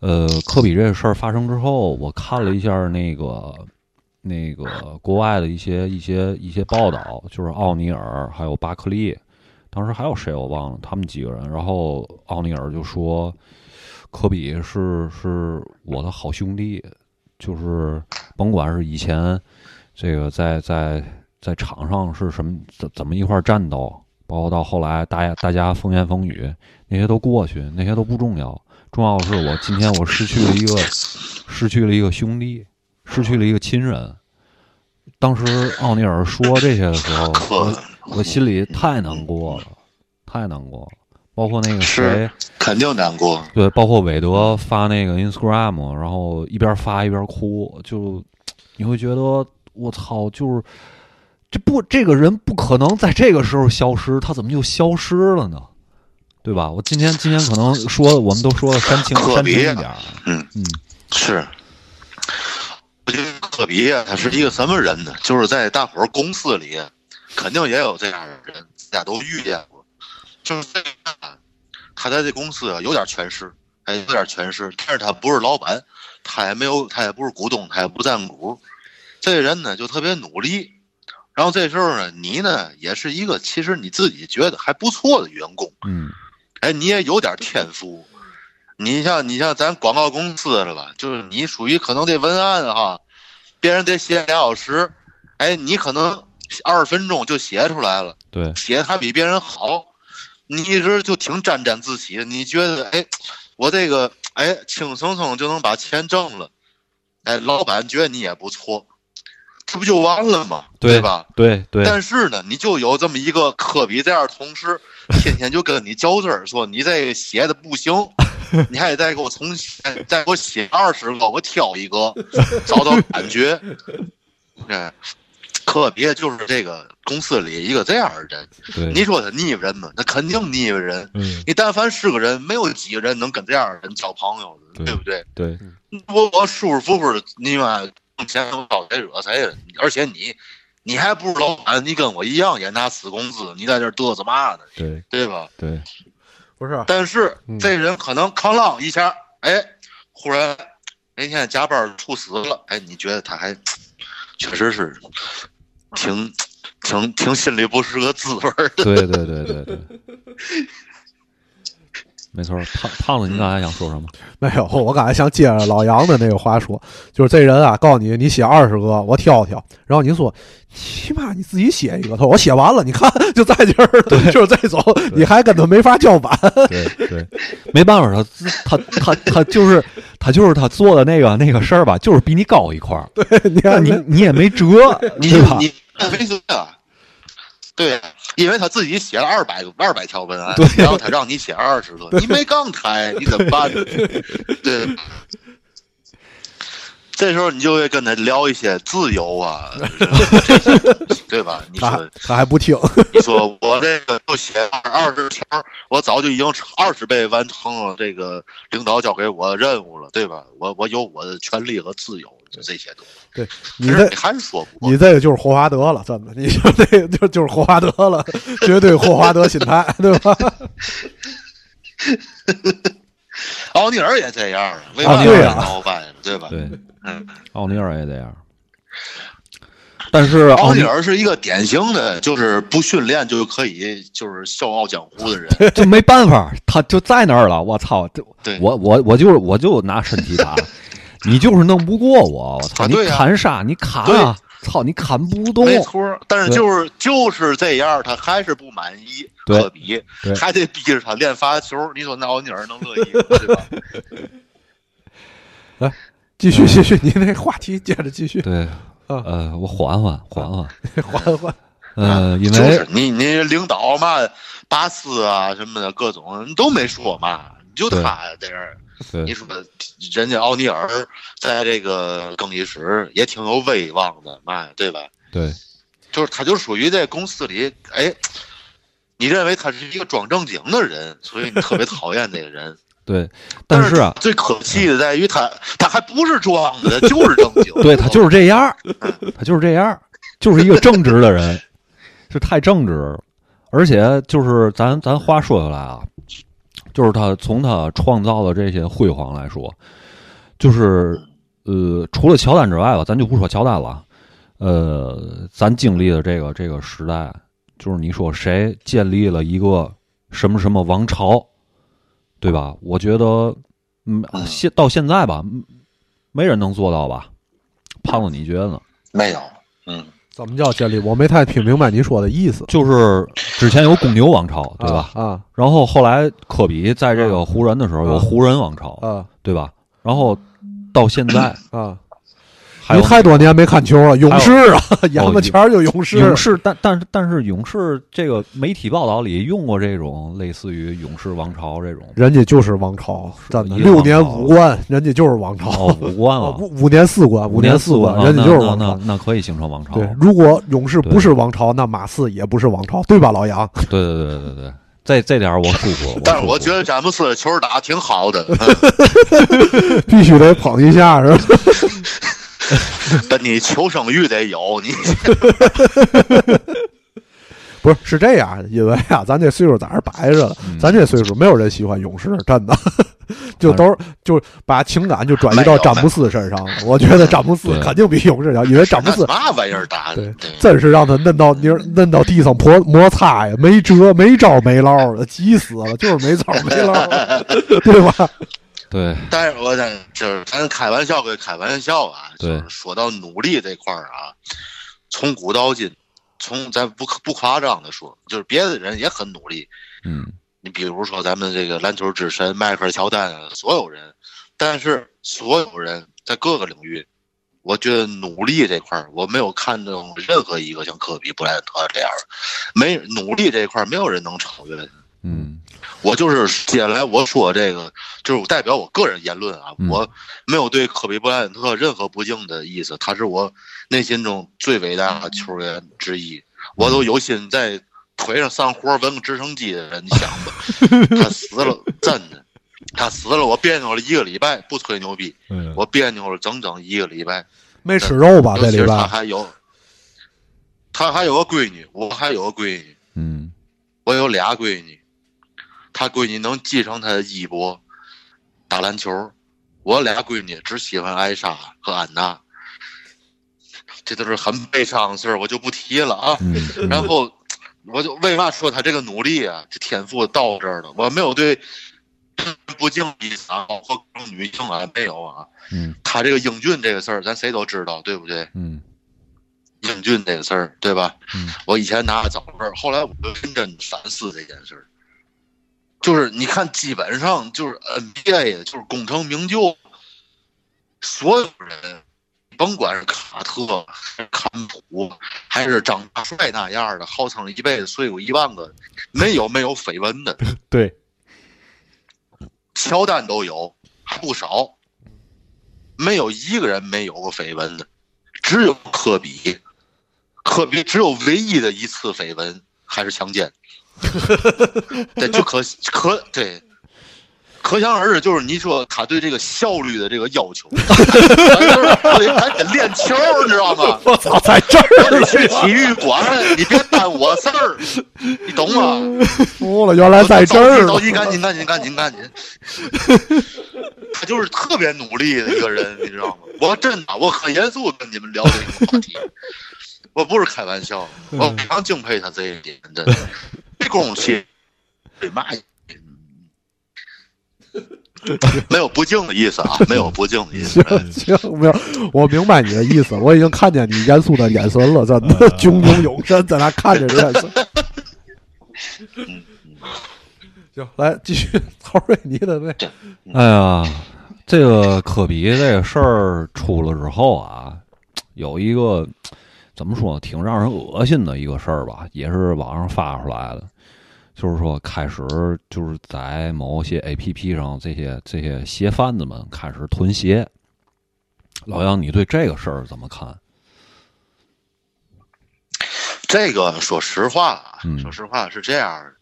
S3: 呃，科比这个事儿发生之后，我看了一下那个那个国外的一些一些一些报道，就是奥尼尔还有巴克利，当时还有谁我忘了，他们几个人，然后奥尼尔就说。科比是是我的好兄弟，就是甭管是以前这个在在在场上是什么怎怎么一块儿战斗，包括到后来大家大家风言风语那些都过去，那些都不重要。重要的是我今天我失去了一个，失去了一个兄弟，失去了一个亲人。当时奥尼尔说这些的时候，哦我我心里太难过了，太难过了。包括那个谁
S4: 是，肯定难过。
S3: 对，包括韦德发那个 Instagram，然后一边发一边哭，就你会觉得我操，就是这不这个人不可能在这个时候消失，他怎么就消失了呢？对吧？我今天今天可能说的我们都说的煽情
S4: 可啊
S3: 煽情
S4: 别
S3: 一
S4: 呀
S3: 点儿，嗯
S4: 是，我觉得科比呀、他是一个什么人呢？就是在大伙儿公司里，肯定也有这样的人，大家都遇见过。就是这样，他在这公司啊有点权势，哎，有点权势，但是他不是老板，他也没有，他也不是股东，他也不占股。这人呢，就特别努力。然后这时候呢，你呢也是一个其实你自己觉得还不错的员工，
S3: 嗯
S4: 哎，你也有点天赋。你像你像咱广告公司的吧，就是你属于可能这文案哈，别人得写俩小时，哎，你可能二十分钟就写出来了，
S3: 对，
S4: 写的还比别人好，你一直就挺沾沾自喜的，你觉得哎，我这个哎轻松松就能把钱挣了，哎，老板觉得你也不错，这不就完了吗？
S3: 对
S4: 吧？
S3: 对对，
S4: 但是呢，你就有这么一个科比这样的同 事，天天就跟你较真儿，说你这个写的不 行，你还得再给我重写，再给我写二十个，我挑一 个，找找感觉。哎，科比就是这个公司里一个这样的人。
S3: 对
S4: 你说他腻歪人吗？那肯定腻歪人。
S3: 嗯
S4: 你但凡是个人，没有几个人能跟这样的人交朋友的，
S3: 对
S4: 对不对？
S3: 对
S4: 我我舒舒服服的，你妈挣钱我招谁惹谁了？而且你，你还不是老板，你跟我一样也拿死工资，你在这嘚瑟嘛呢？
S3: 对
S4: 对吧？
S3: 对，
S2: 不是，
S4: 但是
S2: 嗯
S4: 这人可能扛浪一下，哎，忽然那天加班猝死了，哎，你觉得他还确实是挺挺挺心里不是个滋味 儿的。
S3: 对对对对对，没错儿。胖胖子，你刚才想说什 么？
S2: 没有，我刚才想接着老杨的那个话说，就是这人啊，告诉你，你写二十个，我挑挑，然后您说，起码你自己写一个，他说我写完了，你看就在这儿，就是这种，你还跟他没法叫板，
S3: 对对，没办法，他他他他就是他就是他做的那个那个事儿吧，就是比你高一块儿，
S2: 你
S3: 那
S2: 看
S3: 你
S2: 这
S3: 你也没辙，
S4: 你
S3: 对吧？
S4: 你没辙啊？对，啊因为他自己写了二百二百条文案，
S3: 对
S4: 然后他让你写二十个，你没杠抬，你怎么办呢？对，这时候你就会跟他聊一些自由啊，对吧？你
S2: 他
S4: 说，
S2: 他还不听，
S4: 你说我这个就写二十条，我早就已经二十倍完成了这个领导交给我的任务了，对吧？我我有我的权利和自由，就这些东西。
S2: 你
S4: 但是
S2: 这
S4: 还是说不过
S2: 你这个就是霍华德了，真的，你就这就就是霍华德了，绝对霍华德心态，对吧？
S4: 奥尼尔也这样啊，为
S2: 啊
S4: 嘛
S2: 对
S4: 也
S2: 啊
S4: 闹掰了，对吧？
S3: 对，
S4: 嗯，
S3: 奥尼尔也这样，但是
S4: 奥
S3: 奥
S4: 尼
S3: 尼
S4: 尔是一个典型的，就是不训练就可以就是笑傲江湖的人。
S3: 就没办法，他就在那儿了。我操，这
S4: 对
S3: 我我我就是我就拿身体打， 你就是弄不过我，我操，
S4: 啊
S3: 你
S4: 对啊
S3: 砍啥？你砍啊！操，你砍不动。
S4: 没错儿，但是
S3: 哦对
S4: 就是就是这样，他还是不满意
S3: 对
S4: 科比
S3: 对，
S4: 还得逼着他练发球。你说那奥尼尔能乐意吗？对吧？
S3: 嗯
S2: 继续继续，你那话题接着继续，
S3: 对，
S4: 啊
S3: 呃，我缓缓缓缓，
S2: 缓缓。
S3: 呃，因
S4: 就
S3: 为
S4: 是你你领导嘛，巴斯啊什么的各种都没说嘛，就
S3: 对
S4: 他在这儿。
S3: 对
S4: 你说人家奥尼尔在这个更衣室也挺有威望的嘛，对吧？
S3: 对
S4: 就是他就属于在公司里，哎，你认为他是一个装正经的人，所以你特 别讨厌这个人。
S3: 对，但
S4: 但
S3: 是啊，。
S4: 最可气的在于他，他还不是装的，就是正经
S3: 对他就是这样儿，他就是这样儿，就是一个正直的人，是太正直了。而且就是咱咱话说回来啊，就是他从他创造的这些辉煌来说，就是呃，除了乔丹之外吧，咱就不说乔丹了，呃，咱经历的这个这个时代，就是你说谁建立了一个什么什么王朝，对吧？我觉得，嗯，现到现在吧，嗯没人能做到吧？胖子，你觉得呢？
S4: 没有，嗯，
S2: 怎么叫建立？我没太听明白你说的意思，
S3: 就是之前有公牛王朝，对吧？
S2: 啊？
S3: 然后后来科比在这个湖人的时候有
S2: 啊
S3: 湖人王朝，
S2: 啊
S3: 对吧？然后到现在
S2: 啊啊！
S3: 还
S2: 你
S3: 有哦
S2: 太多年没看球了，勇士啊， 眼巴前儿就勇士，
S3: 勇士，但但是但是勇士这个媒体报道里用过这种类似于勇士王朝这种
S2: 人家就是王朝，真的
S3: 一个
S2: 六年
S3: 王朝
S2: 五冠，人家就是王朝。
S3: 哦五冠
S2: 啊，
S3: 了，
S2: 五五年四冠，
S3: 五
S2: 年
S3: 四
S2: 冠，
S3: 冠，
S2: 人家就是
S3: 那
S2: 王
S3: 那
S2: 朝
S3: 那。那可以形成王朝，
S2: 对，如果勇士不
S3: 对
S2: 是王朝，那马刺也不是王朝，对吧，老 杨？
S3: 对对对对对，这这 点儿我舒服。
S4: 但是
S3: 舒
S4: 我
S3: 服
S4: 觉得詹姆斯的球打得挺 好的，
S2: 必须得捧一下，是吧？
S4: 但你求生欲得有，你
S2: 不是，是这样，因为啊，咱这岁数在这儿摆着了，
S3: 嗯
S2: 咱这岁数没有人喜欢勇士，真的， 就都是就把情感就转移到
S4: 没有
S2: 詹姆斯身上了。我觉得詹姆斯
S3: 对
S2: 肯定比勇士强，因为詹姆
S4: 那
S2: 斯
S4: 嘛玩意儿打
S2: 对
S4: 的？对，
S2: 真是让他摁到泥儿摁到地上摩摩擦呀，没辙，没招没落的，急死了，就是没招没落，对吧？
S3: 对
S4: 但是我想就是咱开玩笑归开玩笑啊，就
S3: 对
S4: 是说到努力这块儿啊，从古到今，从咱不不夸张的说，就是别的人也很努力。
S3: 嗯
S4: 你比如说咱们这个篮球之神迈克尔乔丹啊，所有人，但是所有人在各个领域，我觉得努力这块儿，我没有看中任何一个像科比、布莱恩特这样的，没努力这块儿，没有人能超越。
S3: 嗯
S4: 我就是接下来我说这个，就是我代表我个人言论啊，
S3: 嗯
S4: 我没有对科比布莱恩特任何不敬的意思，他是我内心中最伟大的球员之一，
S3: 嗯
S4: 我都有心在腿上上活纹个直升机的人，你想吧， 他死了，真的，他死了，我别扭了一个礼拜，不吹牛逼，
S3: 嗯
S4: 我别扭了整整一个礼拜，
S2: 没吃肉吧，
S4: 尤
S2: 这
S4: 其
S2: 礼
S4: 是他
S2: 拜
S4: 还有，他还有个闺女，我还有个闺女。
S3: 嗯
S4: 我有俩闺女，她闺女能继承她的衣钵，打篮球。我俩闺女只喜欢艾莎和安娜，这都是很悲伤的事儿，我就不提了啊。
S3: 嗯嗯
S4: 然后，我就为嘛说她这个努力啊，这天赋到这儿了，我没有对不敬意思啊，包括女性啊，没有啊。
S3: 嗯
S4: 她这个英俊这个事儿，咱谁都知道，对不对？
S3: 嗯
S4: 英俊这个事儿，对吧？
S3: 嗯
S4: 我以前拿着找味儿，后来我就认真反思这件事儿。就是你看，基本上就是 NBA，就是功成名就，所有人，甭管是卡特、还是坎普，还是张大帅那样的，号称一辈子睡过一万个，没有没有绯闻的，
S2: 对。
S4: 乔丹都有，还不少，没有一个人没有过绯闻的。只有科比，科比只有唯一的一次绯闻还是强奸，对，就可可对，可想而知，就是你说他对这个效率的这个要求， 咱得咱得练球，你知道吗？
S2: 我操，在这
S4: 咱
S2: 儿
S4: 得
S2: 了，
S4: 去体育馆，你别耽误我事儿，你懂吗？
S2: 服了，原来在这儿
S4: 着
S2: 了。
S4: 急，赶紧，赶紧，赶紧，赶紧！ 他就是特别努力的一个人，你知道吗？我真的，我很严肃地跟你们聊这个话题，我不是开玩 笑，我非常敬佩他这一点，真的，这功夫气，对嘛？ 没有不敬的意思啊，没有不敬的意思
S2: 行。行，没有，我明白你的意思，我已经看见你严肃的眼神了，真的炯炯有神，在那看着这眼神。行，来继续，曹瑞，你的那
S3: 哎呀，这个科比这个事儿出了之后啊，有一个怎么说呢，挺让人恶心的一个事儿吧，也是网上发出来的，就是说开始就是在某些 A P P 上，这些这些鞋贩子们开始囤鞋。老杨，你对这个事儿怎么看？
S4: 这个说实话啊
S3: 嗯，
S4: 说实话是这样儿，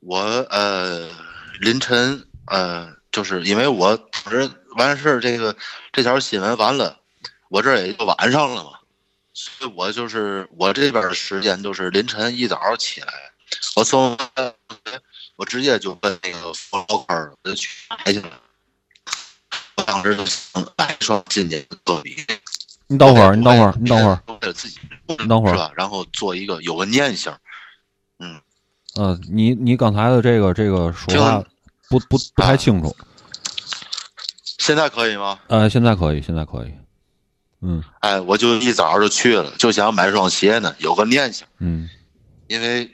S4: 我呃凌晨呃，就是因为我当时完事儿这个这条新闻完了，我这儿也就晚上了嘛，所以我就是我这边儿的时间就是凌晨一早起来，我从呃我直接就奔那个福老坎儿我就去买去了，我当时就想买一双今年的科比。
S3: 你等会
S4: 哎
S3: 儿，你等会儿，你等会儿，，
S4: 为了自己，
S3: 你等会儿
S4: 是吧？然后做一个有个念想，
S3: 呃，你你刚才的这个这个说话
S4: 听
S3: 不不不太清楚。
S4: 现在可以吗？
S3: 呃，现在可以，现在可以。嗯
S4: 哎，我就一早就去了，就想买双鞋呢，有个念想，
S3: 嗯
S4: 因为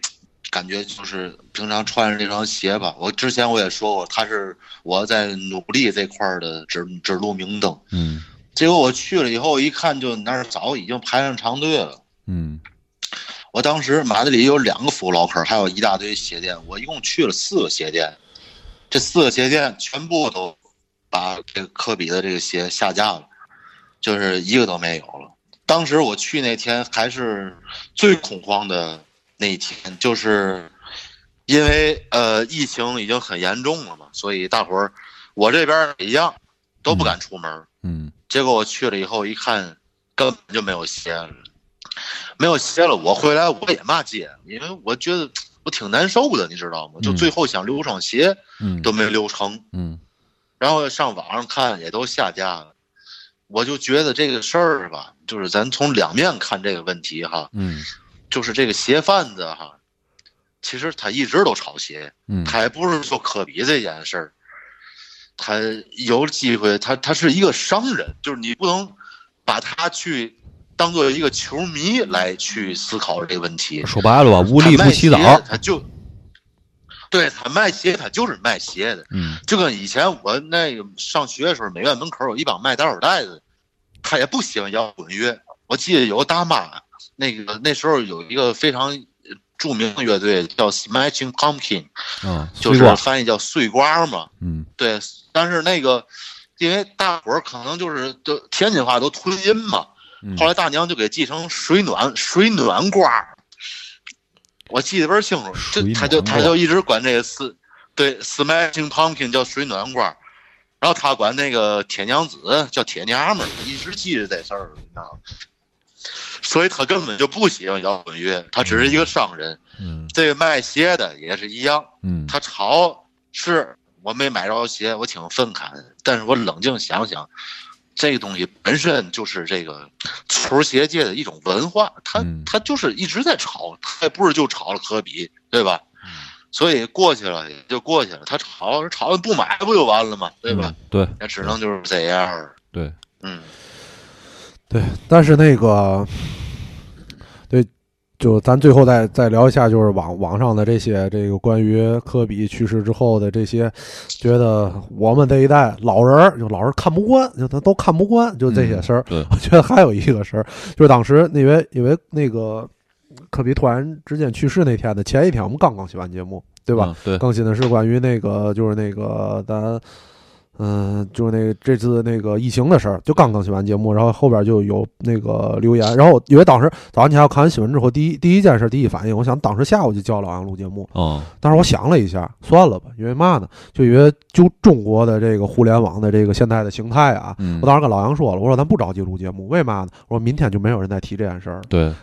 S4: 感觉就是平常穿着这双鞋吧。我之前我也说过，它是我在努力这块儿的指指路明灯。
S3: 嗯
S4: 结果我去了以后一看，就那儿早已经排上长队了。
S3: 嗯
S4: 我当时马德里有两个服务唠嗑，还有一大堆鞋店，我一共去了四个鞋店，这四个鞋店全部都把这个科比的这个鞋下架了，就是一个都没有了。当时我去那天还是最恐慌的那一天，就是因为呃疫情已经很严重了嘛，所以大伙儿我这边儿也一样都不敢出门儿，
S3: 嗯
S4: 结果我去了以后一看，根本就没有歇了，没有歇了。我回来我也骂街，因为我觉得我挺难受的，你知道吗？就
S3: 嗯
S4: 最后想溜双鞋
S3: 嗯
S4: 都没溜成，
S3: 嗯
S4: 然后上网上看也都下架了。我就觉得这个事儿吧，就是咱从两面看这个问题哈，
S3: 嗯
S4: 就是这个鞋贩子哈，其实他一直都炒鞋，
S3: 嗯
S4: 他也不是说科比这件事儿，他有机会，他他是一个商人，就是你不能把他去当做一个球迷来去思考这个问题。
S3: 说白了吧，无利不起早
S4: 他。卖鞋他就对他卖鞋，他就是卖鞋的，
S3: 嗯
S4: 就跟以前我那个上学的时候，美院门口有一帮卖打手袋的，他也不喜欢摇滚乐。我记得有个大妈，那个那时候有一个非常著名的乐队叫 Smashing Pumpkin。
S3: 啊，
S4: 就
S3: 西瓜
S4: 是翻译叫碎瓜嘛。
S3: 嗯
S4: 对，但是那个，因为大伙儿可能就是就天津话都吞音嘛，
S3: 嗯
S4: 后来大娘就给记成水暖水暖瓜，我记得倍儿清楚，
S3: 水
S4: 这
S3: 暖
S4: 他就
S3: 瓜
S4: 他就一直管这个四对 smashing pumpkin 叫水暖瓜，然后他管那个铁娘子叫铁娘们儿，一直记着这事儿，你知道吗？所以他根本就不喜欢摇滚乐，他只是一个商人。
S3: 嗯
S4: 这个卖鞋的也是一样，
S3: 嗯
S4: 他潮是我没买着鞋，我挺愤慨的。但是我冷静想想，这个东西本身就是这个球鞋界的一种文化，它
S3: 嗯
S4: 它就是一直在炒，它也不是就炒了科比，对吧？
S3: 嗯
S4: 所以过去了也就过去了，他炒炒不买不就完了嘛，对吧？
S3: 嗯对
S4: 也只能就是这样儿。
S3: 对，
S4: 嗯，
S2: 对，但是那个，对，就咱最后再再聊一下，就是网网上的这些这个关于科比去世之后的这些，觉得我们这一代老人儿就老是看不惯，就他都看不惯，就这些事儿。
S3: 对，
S2: 我觉得还有一个事儿，就是当时因为因为那个科比突然之间去世那天的前一天，我们刚刚写完节目，对
S3: 对
S2: 吧？？
S3: 嗯对，
S2: 更新的是关于那个，就是那个咱，嗯、就是那个这次那个疫情的事儿，就刚更新完节目，然后后边就有那个留言，然后因为当时早上起来我看完新闻之后，第一第一件事，第一反应，我想当时下午就叫老杨录节目，
S3: 哦，
S2: 但是我想了一下，算了吧，因为嘛呢，就因为就中国的这个互联网的这个现在的形态啊。
S3: 嗯
S2: 我，当时跟老杨说了，我说咱不着急录节目，为嘛呢？我说明天就没有人再提这件事儿了。
S3: 对，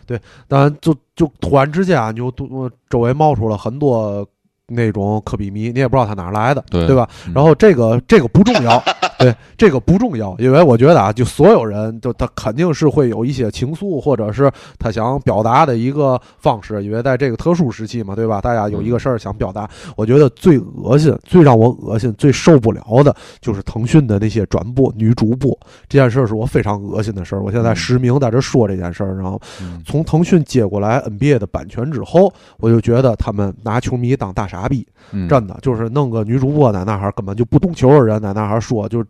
S2: 当然就就突然之间啊，你就多周围冒出了很多那种科比迷，你也不知道他哪儿来的，
S3: 对
S2: 吧？
S3: 嗯
S2: 然后这个这个不重要，对这个不重要，因为我觉得啊，就所有人就他肯定是会有一些情愫，或者是他想表达的一个方式，因为在这个特殊时期嘛，对吧？大家有
S3: 嗯
S2: 一个事儿想表达，我觉得最恶心、最让我恶心、最受不了的就是腾讯的那些转播女主播这件事儿，是我非常恶心的事儿。我现在实名在这说这件事儿，然后
S3: 嗯
S2: 从腾讯接过来 NBA 的版权之后，我就觉得他们拿球迷当大傻逼，
S3: 嗯
S2: 真的就是弄个女主播在那哈儿根本就不懂球的人在那哈儿说，就是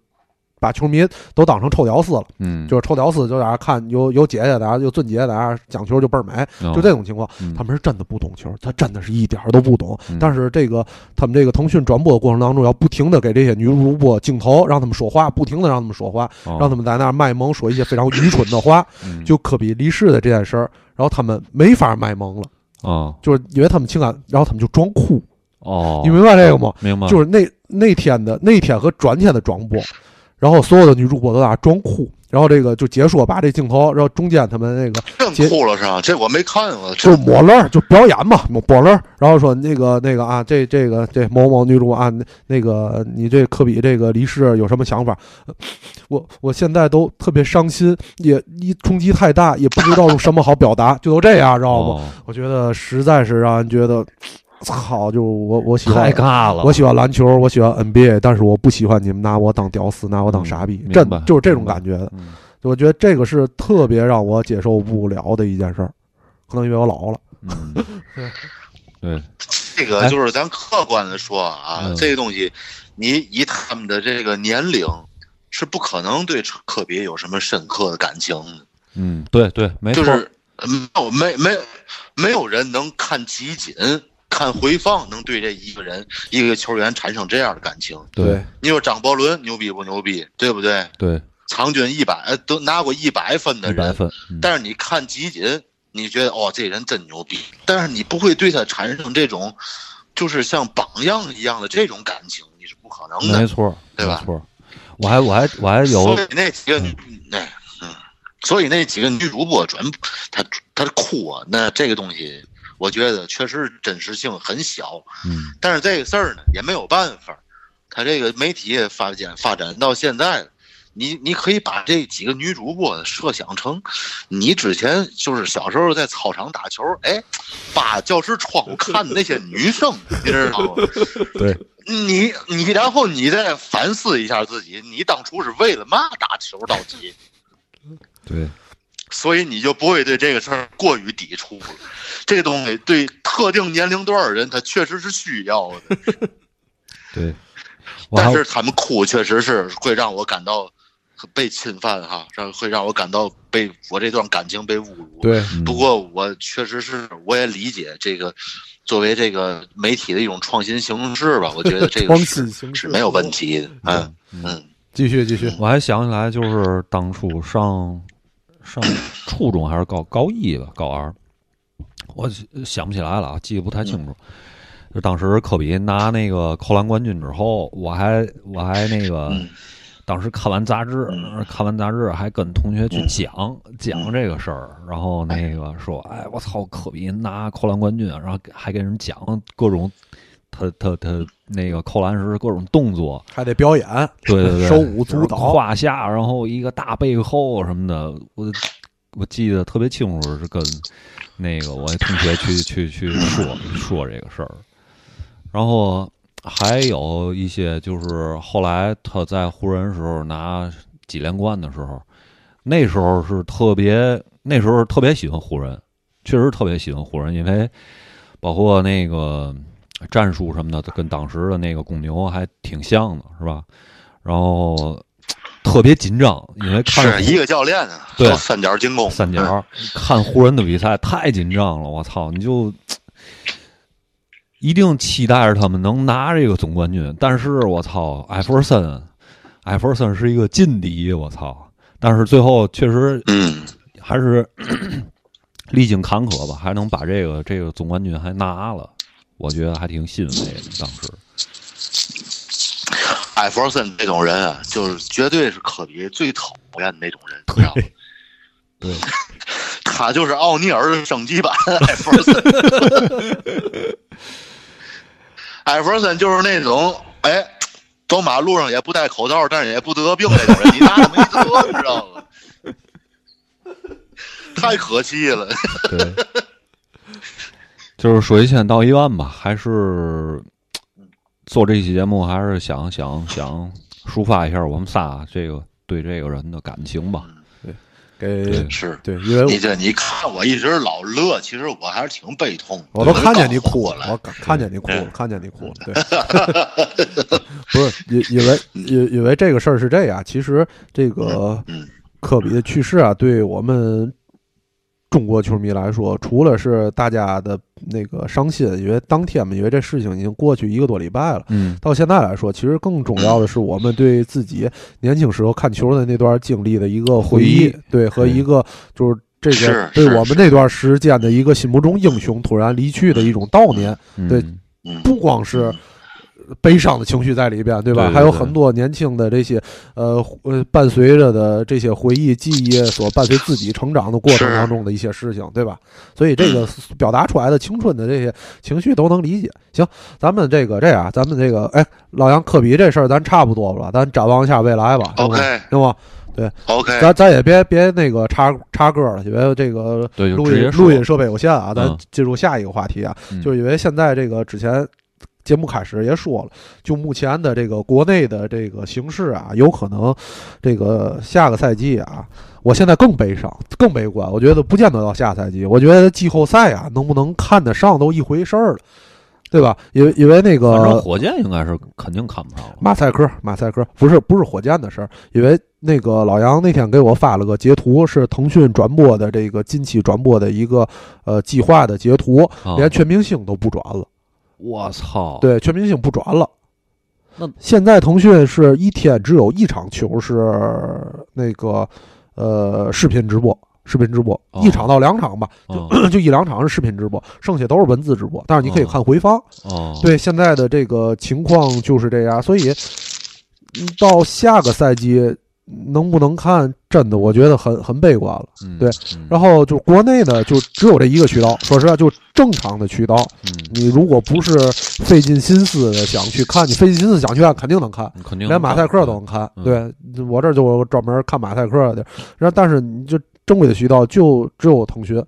S2: 把球迷都当成臭屌丝了，
S3: 嗯，
S2: 就是臭屌丝就在那儿看有有姐姐在那儿有尊姐在那儿讲球就倍儿美，就这种情况，
S3: 嗯
S2: 他们是真的不懂球，他真的是一点儿都不懂
S3: 嗯。
S2: 但是这个他们这个腾讯转播的过程当中，要不停的给这些女主播镜头，让他们说话，不停的让他们说话，
S3: 哦，
S2: 让他们在那儿卖萌，说一些非常愚蠢的话。
S3: 嗯
S2: 就科比离世的这件事儿，然后他们没法卖萌了，
S3: 哦
S2: 就是因为他们情感，然后他们就装酷，
S3: 哦，
S2: 你明白这个吗？
S3: 明白，
S2: 就是那那天的那天和转天的转播，然后所有的女主播都在那装酷，然后这个就解说把这镜头，然后中间他们那个
S4: 更
S2: 结
S4: 酷了是吧？这我没看过，这
S2: 就抹泪儿，就表演嘛，抹抹泪儿，然后说那个那个啊，这这个这某某女主啊，那那个你对科比这个离世有什么想法？呃我我现在都特别伤心，也一冲击太大，也不知道用什么好表达， 就都这样，知道吗？
S3: 哦
S2: 我觉得实在是让人觉得，操！就我我喜欢
S3: 太，尬了，
S2: 我喜欢篮球，我喜欢 NBA，但是我不喜欢你们拿我当屌丝，拿我当傻逼
S3: 嗯，明白
S2: 真的就是这种感觉的。
S3: 嗯
S2: 我觉得这个是特别让我接受不了的一件事儿，可能因为我老了。
S3: 嗯，对，
S4: 这个就是咱客观的说啊，
S3: 哎嗯
S4: 这东西，你以他们的这个年龄，是不可能对科别有什么深刻的感情的。
S3: 嗯，对对，没错
S4: 就，是没有没没没有人能看集锦、看回放，能对这一个人一个球员产生这样的感情。
S3: 对
S4: 你说张伯伦牛逼不牛逼，对不对？
S3: 对，
S4: 场均一百，呃都拿过一百分的
S3: 一百
S4: 人，
S3: 分，嗯
S4: 但是你看集锦，你觉得哦，这人真牛逼，但是你不会对他产生这种，就是像榜样一样的这种感情，你是不可能
S3: 没
S4: 的。
S3: 错，
S4: 对吧
S3: 没错，我还我还我还有
S4: 所以那几个女，那嗯，所以那几个女主播转，她她哭啊，那这个东西，我觉得确实真实性很小。
S3: 嗯
S4: 但是这个事儿呢，也没有办法，他这个媒体也发展发展到现在，你你可以把这几个女主播设想成，你之前就是小时候在操场打球，哎，扒教室窗户看的那些女生，你知道吗？
S2: 对，
S4: 你你然后你再反思一下自己，你当初是为了嘛打球到底？
S3: 对
S4: 所以你就不会对这个事儿过于抵触了。这东西对特定年龄段儿的人，他确实是需要的。
S3: 对，我还
S4: 但是他们哭确实是会让我感到被侵犯哈，让会让我感到被我这段感情被侮辱。，
S2: 对，
S3: 嗯
S4: 不过我确实是我也理解这个作为这个媒体的一种创新形式吧，我觉得这个
S2: 创
S4: 是
S2: 新形式
S4: 是没有问题的。嗯嗯，
S2: 继续继续，
S3: 我还想起来，就是当初上上初中还是高高一吧，高二，我想不起来了啊，记得不太清楚。就当时科比拿那个扣篮冠军之后，我还我还那个，
S4: 嗯
S3: 当时看完杂志，看完杂志还跟同学去讲、讲这个事儿，然后那个说，哎，我操，科比拿扣篮冠军，啊然后还跟人讲各种他他他那个扣篮时各种动作，
S2: 还得表演，
S3: 对对对，
S2: 手舞足
S3: 就是
S2: 蹈，
S3: 胯下，然后一个大背后什么的，我我记得特别清楚，是跟那个我同学去去去说说这个事儿，然后还有一些就是后来他在湖人时候拿几连冠的时候，那时候是特别那时候特别喜欢湖人，确实特别喜欢湖人，因为包括那个战术什么的，跟当时的那个公牛还挺像的，是吧？然后特别紧张，因为看
S4: 是一个教练啊，
S3: 对
S4: 都三角进攻，
S3: 三
S4: 嗯
S3: 角看湖人的比赛太紧张了，我操！你就一定期待着他们能拿这个总冠军，但是我操，艾弗森，艾弗森是一个劲敌，我操！但是最后确实
S4: 嗯，
S3: 还是历经坎坷吧，还能把这个这个总冠军还拿了，我觉得还挺欣慰的。当时，
S4: 艾弗森这种人啊，就是绝对是科比最讨厌的那种人，你知道吗？
S3: 对，
S4: 他就是奥尼尔的升级版艾弗 森。艾弗森就是那种哎，走马路上也不戴口罩，但是也不得病那种人，你拿他没辙，你知道 吗？太可气了，
S3: 对，就是说一千道一万吧，还是做这期节目，还是想想想抒发一下我们仨这个对这个人的感情吧。
S2: 给
S4: 是。
S2: 对，因为
S4: 你
S2: 我
S4: 这你看我一直老乐，其实我还是挺悲痛的。
S2: 我都看见你哭
S4: 我
S2: 了，
S4: 都
S2: 我看看见你
S4: 嗯
S2: 哭了，看见你哭了，对，不是以以为以以为这个事儿是这样，其实这个
S4: 嗯
S2: 科比的去世啊，对我们中国球迷来说，除了是大家的那个伤心，因为当天嘛，因为这事情已经过去一个多礼拜了。
S3: 嗯，
S2: 到现在来说，其实更重要的是我们对自己年轻时候看球的那段经历的一个回忆，
S3: 回忆
S2: 对，和一个就是这个
S4: 是
S2: 对
S4: 是
S2: 我们那段时间的一个心目中英雄突然离去的一种悼念，
S3: 嗯
S2: 对
S4: 嗯
S2: 不光是。悲伤的情绪在里边，对吧？
S3: 对对
S2: 还有
S3: 对
S2: 很多年轻的这些，呃呃，伴随着的这些回忆、记忆啊所伴随自己成长的过程
S4: 是
S2: 当中的一些事情，对吧？所以这
S3: 嗯
S2: 个表达出来的青春的这些情绪都能理解。行，咱们这个这样，咱们这个，哎，老杨、科比这事儿咱差不多了吧，咱展望一下未来吧，行吗
S4: OK 哎
S2: 行吗？
S4: OK，
S2: 咱咱也别别那个插插歌了，因为这个
S3: 对，就
S2: 录
S3: 直
S2: 音
S3: 接说
S2: 录音设备有限啊，咱
S3: 嗯
S2: 进入下一个话题啊，
S3: 嗯
S2: 就是因为现在这个之前节目开始也说了，就目前的这个国内的这个形势啊，有可能这个下个赛季啊，我现在更悲伤、更悲观。我觉得不见得到下赛季，我觉得季后赛啊，能不能看得上都一回事儿了，对吧？因为因为那
S3: 反正
S2: 个
S3: 火箭应该是肯定看不上了。
S2: 马赛克，马赛克不是不是火箭的事儿，因为那个老杨那天给我发了个截图，是腾讯转播的这个近期转播的一个呃计划的截图，
S3: 啊
S2: 连全明星都不转了。
S3: 我操！，
S2: 对，全明星不转了。
S3: 那
S2: 现在腾讯是一天只有一场球是那个呃视频直播，视频直播、
S3: 哦
S2: 一场到两场吧，
S3: 嗯
S2: 就一两场是视频直播，剩下都是文字直播。但是你可以
S3: 哦
S2: 看回放。
S3: 哦，
S2: 对，现在的这个情况就是这样，所以嗯到下个赛季能不能看，真的我觉得很很悲观了。
S3: 嗯，
S2: 对
S3: 嗯，
S2: 然后就国内呢，就只有这一个渠道，说实话，就正常的渠道，
S3: 嗯，
S2: 你如果不是费尽心思的想去看，你费尽心思想去看，肯定能看，
S3: 你肯定
S2: 连马赛克都能看。
S3: 嗯
S2: 对我这儿就有专门看马赛克的地儿，然后但是你就正规的渠道就只有腾讯。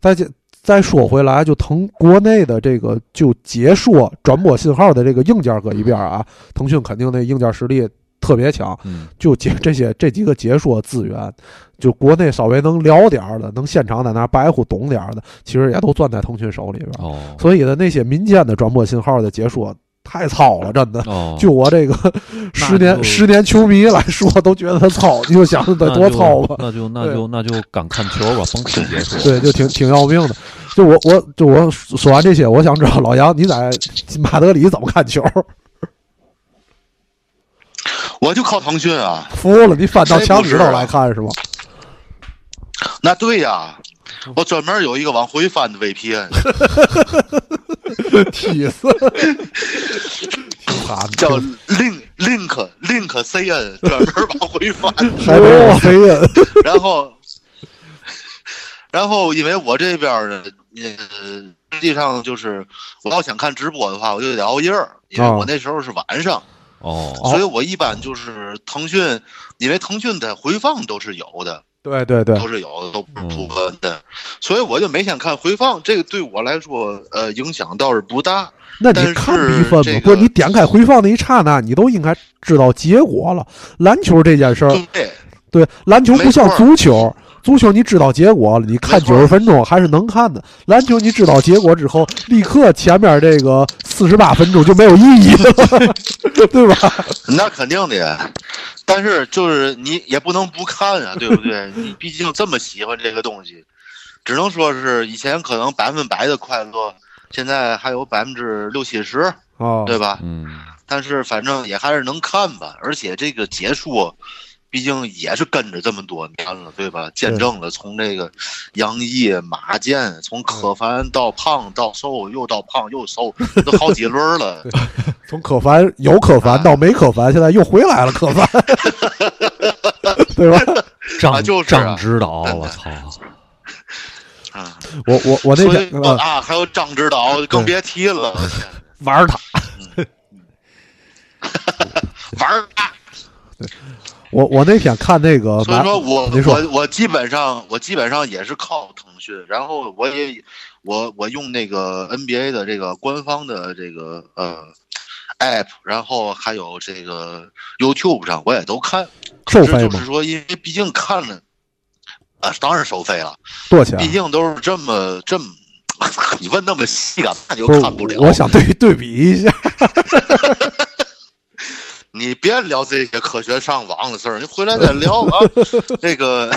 S2: 再见再说回来，就腾国内的这个就解说转播信号的这个硬件搁一边儿啊，腾讯肯定那硬件实力特别强，
S3: 嗯，
S2: 就解这些这几个解说资源，就国内稍微能聊点儿的，能现场在那儿白乎懂点儿的，其实也都攥在腾讯手里边儿。
S3: 哦，
S2: 嗯所以呢，那些民间的转播信号的解说太糙了，真的。
S3: 哦，
S2: 就我这个十年
S3: 就
S2: 十年球迷来说，都觉得他糙，你就想得多糙吧？
S3: 那就那就那就那就敢看球吧，甭看解说。
S2: 对，就挺挺要命的。就我我就我说完这些，我想知道老杨你在马德里怎么看球？
S4: 我就靠腾讯啊，
S2: 服了，你翻到墙里头来看是吗？
S4: 那对呀、
S2: 嗯
S4: 我专门有一个往回翻 的 VPN，
S2: 气死！惨
S4: 叫 Link Link Link CN，专门往 回翻。
S2: 还没有黑人。
S4: 然后，然后因为我这边儿的，呃，实际上就是我要想看直播的话，我就得熬夜儿，因为
S2: 啊
S4: 我那时候是晚上，
S3: 哦，
S4: 所以我一般就是腾讯，因为腾讯的回放都是有的，
S2: 对对对
S4: 都是有的，都不是主播的，所以我就没想看回放。这个对我来说，呃，影响倒是不大。
S2: 那
S4: 但
S2: 你
S4: 是
S2: 看比分
S4: 这
S2: 吧，
S4: 个
S2: 不是你点开回放那一刹那，你都应该知道结果了。篮球这件事儿，
S4: 对，
S2: 对篮球不像
S4: 没错
S2: 足球，足球你知道结果了，你看
S4: 没
S2: 九
S4: 错
S2: 十分钟还是能看的。篮球你知道结果之后，立刻前面这个四十八分钟就没有意义了， 对吧？
S4: 那肯定的呀。但是就是你也不能不看啊，对不对？你毕竟这么喜欢这个东西，只能说是以前可能百分百的快乐，现在还有百分之六七十，
S2: 啊，
S4: 对吧？
S3: 嗯，
S4: 但是反正也还是能看吧，而且这个结束。毕竟也是跟着这么多年了，对吧？见证了从这个杨毅、马健，从可凡到胖到瘦，又到胖又瘦，都好几轮了。
S2: 从可凡有可
S4: 啊
S2: 凡到没可凡，现在又回来了可 凡，对吧？
S3: 张
S4: 就是啊
S3: 张指导，我 操！
S4: 啊，
S2: 我我我那
S4: 所
S2: 天
S4: 以
S2: 啊，
S4: 啊，还有张指导，更别提了，
S3: 玩他，
S4: 玩儿大。
S2: 我我那天看那个
S4: 所以
S2: 马，
S4: 说我
S2: 呃您说
S4: 我我基本上我基本上也是靠腾讯，然后我也我我用那个 NBA 的这个官方的这个呃 app，然后还有这个 YouTube 上我也都看，
S2: 收
S4: 这
S2: 费
S4: 就
S2: 吗
S4: 是？说因为毕竟看了啊，当然收费了，
S2: 多少钱？
S4: 毕竟都是这么 这么。你问那么细干嘛，那就
S2: 不是
S4: 看不了。
S2: 我想对对比一下，
S4: 你别聊这些科学上网的事儿，你回来再聊啊。这个，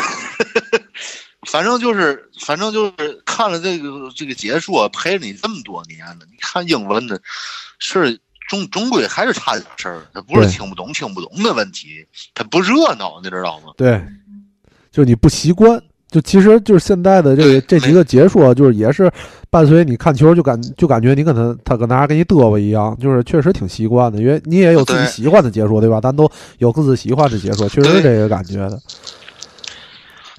S4: 反正就是，反正就是看了这个这个解说，陪了你这么多年了。你看英文的，是终终归还是差点事儿，它不是
S2: 对
S4: 听不懂听不懂的问题，它不热闹，你知道吗？
S2: 对，就你不习惯，就其实就是现在的这个这几个解说，就是也是伴随你看球，就感就感觉你跟他他跟大家跟你嘚吧一样，就是确实挺习惯的，因为你也有自己
S4: 对
S2: 喜欢的解说，对吧？咱都有各自喜欢的解说，确实是这个感觉的。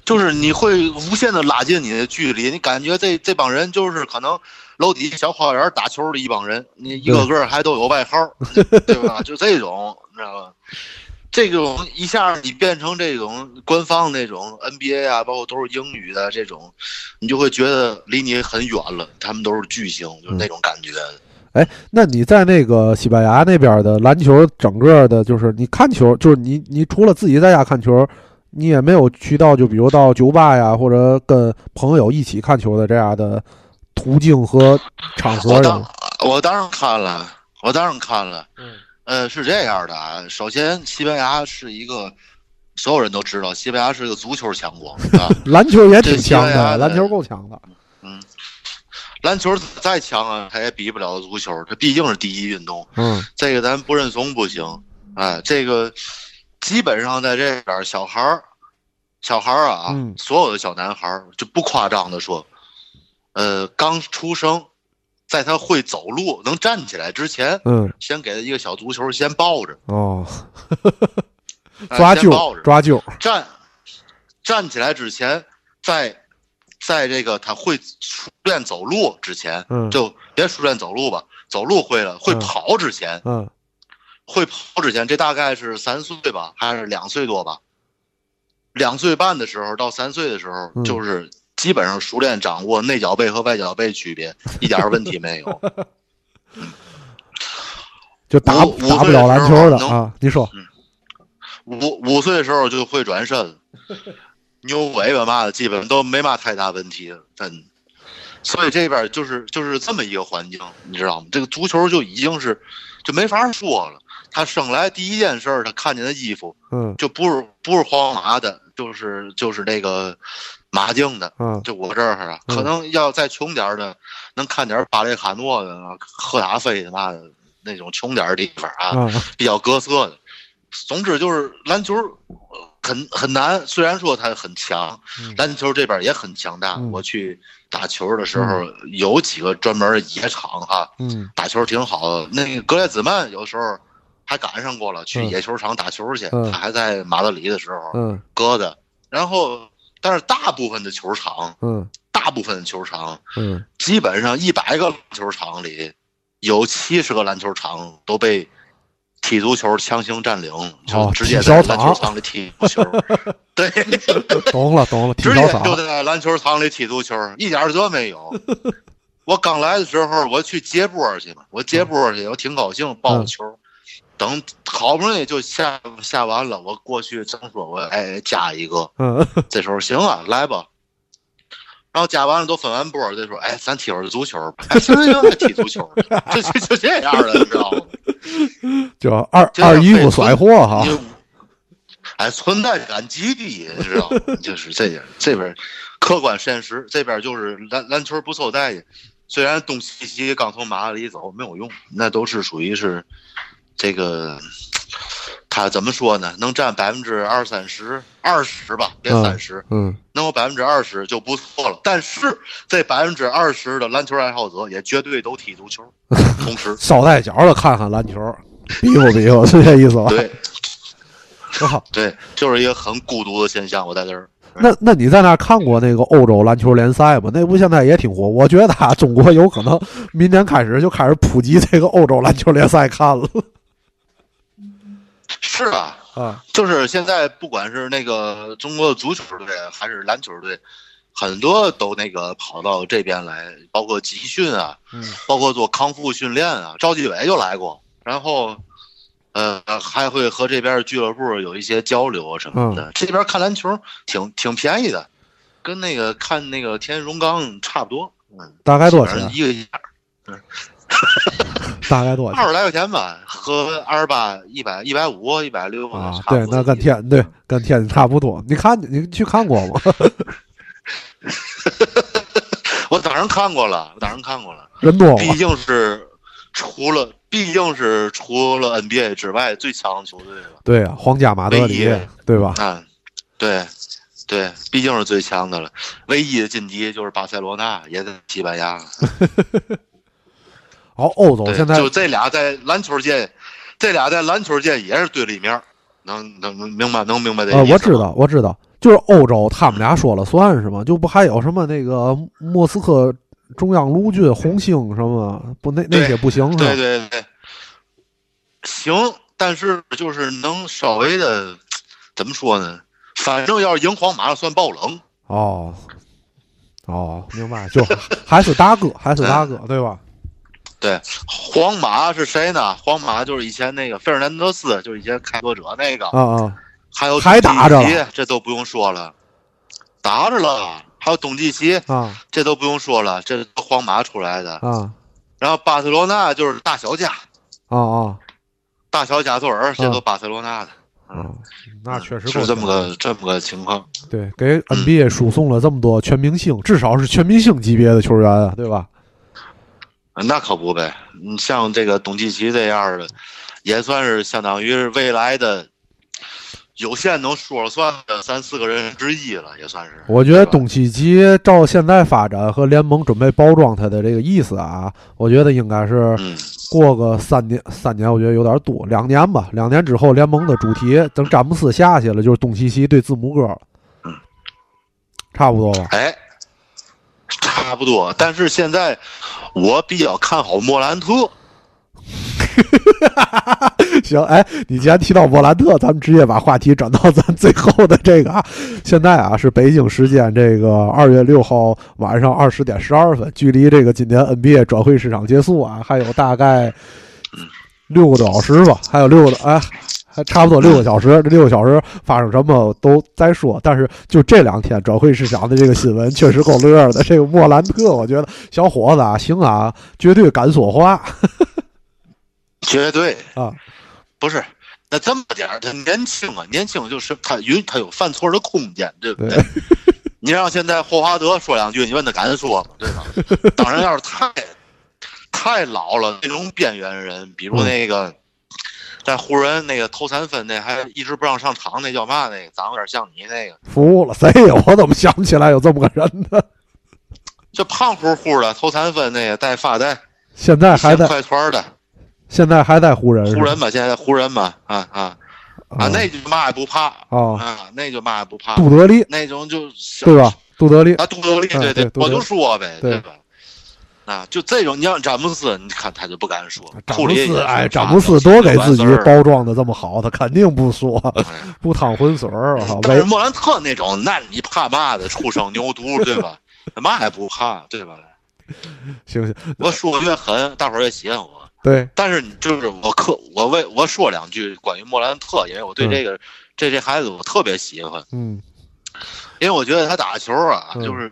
S4: 就是你会无限的拉近你的距离，你感觉这这帮人就是可能楼底下小花园打球的一帮人，你一个个还都有外号，对吧？就这种，你知道吧？ 这种一下你变成这种官方那种 NBA 啊，包括都是英语的这种，你就会觉得离你很远了。他们都是巨星，就是那种感觉。
S2: 哎，那你在那个西班牙那边的篮球，整个的，就是你看球，就是你你除了自己在家看球，你也没有去到就比如到酒吧呀，或者跟朋友一起看球的这样的途径和场合
S4: 我
S2: 啊有
S4: 当
S2: 吗。
S4: 我当然看了，我当然看了。
S2: 嗯，
S4: 呃，是这样的啊，首先西班牙是一个所有人都知道，西班牙是一个足球强国啊，
S2: 篮球也挺
S4: 这西班
S2: 强
S4: 牙
S2: 的，
S4: 的
S2: 篮球够强的。
S4: 篮球再强啊，它也比不了足球，它毕竟是第一运动，
S2: 嗯
S4: 这个咱不认怂不行。哎，这个基本上在这边儿小孩儿，小孩儿啊，
S2: 嗯
S4: 所有的小男孩儿，就不夸张的说，呃，刚出生，在他会走路、能站起来之前，
S2: 嗯，
S4: 先给他一个小足球，先抱着，
S2: 哦，
S4: 哎
S2: 抓
S4: 先
S2: 阄
S4: 抱着，
S2: 抓阄，
S4: 站站起来之前，在在这个他会熟练走路之前，
S2: 嗯
S4: 就别熟练走路吧，走路会了，会
S2: 嗯
S4: 跑之前，
S2: 嗯
S4: 会跑之前，这大概是三岁吧，还是两岁多吧？两岁半的时候到三岁的时候，
S2: 嗯
S4: 就是基本上熟练掌握内脚背和外脚背区别，一点儿问题没有。
S2: 就打
S4: 五五
S2: 打不
S4: 岁的
S2: 了篮
S4: 时
S2: 球
S4: 候
S2: 的
S4: 能
S2: 啊。你说，
S4: 五五岁的时候就会转身，扭尾巴嘛的，基本都没嘛太大问题，真。所以这边就是就是这么一个环境，你知道吗？这个足球就已经是就没法说了。他生来第一件事儿，他看见的衣服
S2: 嗯
S4: 就不是不是黄麻的，就是就是那个马竞的，
S2: 嗯
S4: 就我这儿啊，
S2: 嗯
S4: 可能要再穷点儿的，能看点儿巴列卡诺的、啊、赫塔菲的嘛的那种穷点儿地方啊，
S2: 啊
S4: 比较各色的。总之就是篮球呃很很难，虽然说它很强
S2: 嗯，
S4: 篮球这边也很强大。
S2: 嗯
S4: 我去打球的时候，有几个专门野场啊，
S2: 嗯
S4: 打球挺好的。那个格列兹曼有时候还赶上过了，去
S2: 嗯
S4: 野球场打球去。
S2: 嗯
S4: 他还在马德里的时候
S2: 嗯
S4: 搁的。然后，但是大部分的球场，
S2: 嗯
S4: 大部分的球场，
S2: 嗯，
S4: 基本上一百个篮球场里，有七十个篮球场都被踢足球强行占领，
S2: 哦
S4: 就直接在篮球场里踢足球。对，
S2: 懂了懂了，体
S4: 直
S2: 操
S4: 接
S2: 场
S4: 就在篮球场里踢足球，一点辙没有。我刚来的时候，我去接波去嘛，我
S2: 嗯
S4: 接波去，我挺高兴，抱着球。等好不容易就下下完了，我过去正说我哎加一个，
S2: 嗯
S4: 这时候行啊，来吧。然后加完了都分完波儿，再说，哎，咱踢会儿足球吧。哎，行行行，踢足球，就就就这样了，你知道吗？
S2: 就二
S4: 这样
S2: 二姨
S4: 被
S2: 夫
S4: 村
S2: 甩货哈
S4: 你，就哎，存在感极低，你知道吗？就是这样，这边客观现实，这边就是篮篮球不受待见。虽然东契奇刚从马德里走没有用，那都是属于是这个，他怎么说呢？能占百分之二三十，二十吧，别
S2: 嗯
S4: 三十、
S2: 嗯
S4: 能有百分之二十就不错了。但是这百分之二十的篮球爱好者也绝对都踢足球，同时
S2: 捎带脚的看看篮球，比划比划，是这意思吧？
S4: 对
S2: 我靠，
S4: 对，就是一个很孤独的现象。我在这儿，
S2: 那那你在那看过那个欧洲篮球联赛吗？那不现在也挺火，我觉得啊，中国有可能明年开始就开始普及这个欧洲篮球联赛看了
S4: 是啊，
S2: 啊。
S4: 就是现在不管是那个中国的足球队还是篮球队，很多都那个跑到这边来，包括集训啊，
S2: 嗯
S4: 包括做康复训练啊。赵继伟就来过，然后。呃，还会和这边俱乐部有一些交流啊什么
S2: 嗯
S4: 的。这边看篮球挺挺便宜的，跟那个看那个天荣刚差不多。嗯，
S2: 大概多少
S4: 反
S2: 钱？
S4: 正
S2: 啊
S4: 一个一
S2: 大概多少
S4: 二
S2: 钱
S4: 十来块钱吧，和二十八、一百、一百五、一百六
S2: 啊？
S4: 差
S2: 对
S4: 不，多
S2: 那跟天对跟天津差不多。你看你去看过吗？
S4: 我当然看过了，我当然看过了。
S2: 人多吗
S4: 毕？竟是除了，毕竟是除了 NBA 之外最强的球队了
S2: 对啊，皇家马德里
S4: 唯一
S2: 对吧？
S4: 啊！对，对，毕竟是最强的了。唯一的晋级就是巴塞罗那，也在西班牙。
S2: 哦，欧洲
S4: 对，
S2: 现在
S4: 就这俩在篮球界，这俩在篮球界也是对立面儿。能能能明白能明白这
S2: 呃，
S4: 意思吗？
S2: 我知道，我知道，就是欧洲他们俩说了算是吗？就不还有什么那个莫斯科中央陆军红星什么不那那
S4: 对
S2: 些不行是吧？
S4: 对对对，行，但是就是能稍微的，怎么说呢？反正要是赢皇马了算爆冷，
S2: 哦，哦，明白，就还是大哥，还是大哥，对吧？
S4: 对，皇马是谁呢？皇马就是以前那个费尔南德斯，就是以前开拓者那个，
S2: 啊啊，
S4: 还有
S2: 还打着了
S4: 董季奇，这都不用说了，打着了。还有董季奇，
S2: 啊
S4: 这都不用说了，这都皇马出来的。
S2: 啊
S4: 然后巴塞罗那就是大小贾，
S2: 啊啊
S4: 大小贾索尔，这都巴塞罗那的。
S2: 啊！那确实够
S4: 是这么
S2: 呛
S4: 个这么个情况。
S2: 对，给 NBA 输送了这么多全明星，至少是全明星级别的球员啊，对吧？
S4: 那可不呗，你像这个董季奇这样的，也算是相当于是未来的有限能说了算的三四个人之一了，也算是。
S2: 我觉得
S4: 对吧
S2: 董契奇照现在发展和联盟准备包装他的这个意思啊，我觉得应该是
S4: 嗯，
S2: 过个三年，三年我觉得有点多，两年吧，两年之后联盟的主题等詹姆斯下去了，就是董契奇对字母哥了，差不多吧？
S4: 哎，差不多。但是现在我比较看好莫兰特，
S2: 行，哎，你既然提到莫兰特，咱们直接把话题转到咱最后的这个啊。现在啊是北京时间这个二月六号晚上二十点十二分，距离这个今年 NBA 转会市场结束啊，还有大概六个多小时吧，还有六个多哎。还差不多六个小时，这六个小时发生什么都再说。但是就这两天转会市场的这个新闻确实够乐的。这个莫兰特，我觉得小伙子啊，行啊，绝对敢说话
S4: 绝对
S2: 啊。
S4: 不是。那这么点儿，他年轻啊，年轻就是他允他有犯错的空间，对不对？
S2: 对
S4: 你让现在霍华德说两句，你问他敢说吗？对吧？当然，要是太太老了，那种边缘人，比如那个、在湖人那个投三分那还一直不让上场那叫嘛那个，长得有点像你那个，
S2: 服务了，谁呀？我怎么想不起来有这么个人呢？
S4: 就胖乎乎的投三分那个带发带，
S2: 现在还
S4: 显
S2: 在，
S4: 快穿的
S2: 现在还在湖人是吧，
S4: 湖人吧，现在湖人吧，啊啊
S2: 啊
S4: 啊，那就嘛也不怕
S2: 啊，
S4: 啊，那就嘛也不怕，
S2: 杜德利
S4: 那种就小
S2: 对吧？杜德利
S4: 啊，杜德利，
S2: 啊
S4: 对
S2: 对杜德
S4: 我就说呗，
S2: 对
S4: 对吧？啊，就这种，你让詹姆斯，你看他就不敢说。
S2: 詹
S4: 库
S2: 姆
S4: 里也
S2: 斯，
S4: 是
S2: 哎，
S4: 说
S2: 詹姆斯多给自己
S4: 完事儿
S2: 包呃装的这么好，他肯定不说，
S4: 哎
S2: 不淌浑水 儿。我操，
S4: 但是
S2: 为
S4: 莫兰特那种，那你怕嘛的？畜生牛犊，对吧？ 嘛也不怕，对吧？
S2: 行行，
S4: 我说越狠，大伙儿越喜欢我。
S2: 对，
S4: 但是你就是我克，我为我说两句关于莫兰特，因为我对
S2: 嗯
S4: 这个、这这孩子我特别喜欢，
S2: 嗯
S4: 因为我觉得他打球啊，
S2: 嗯
S4: 就是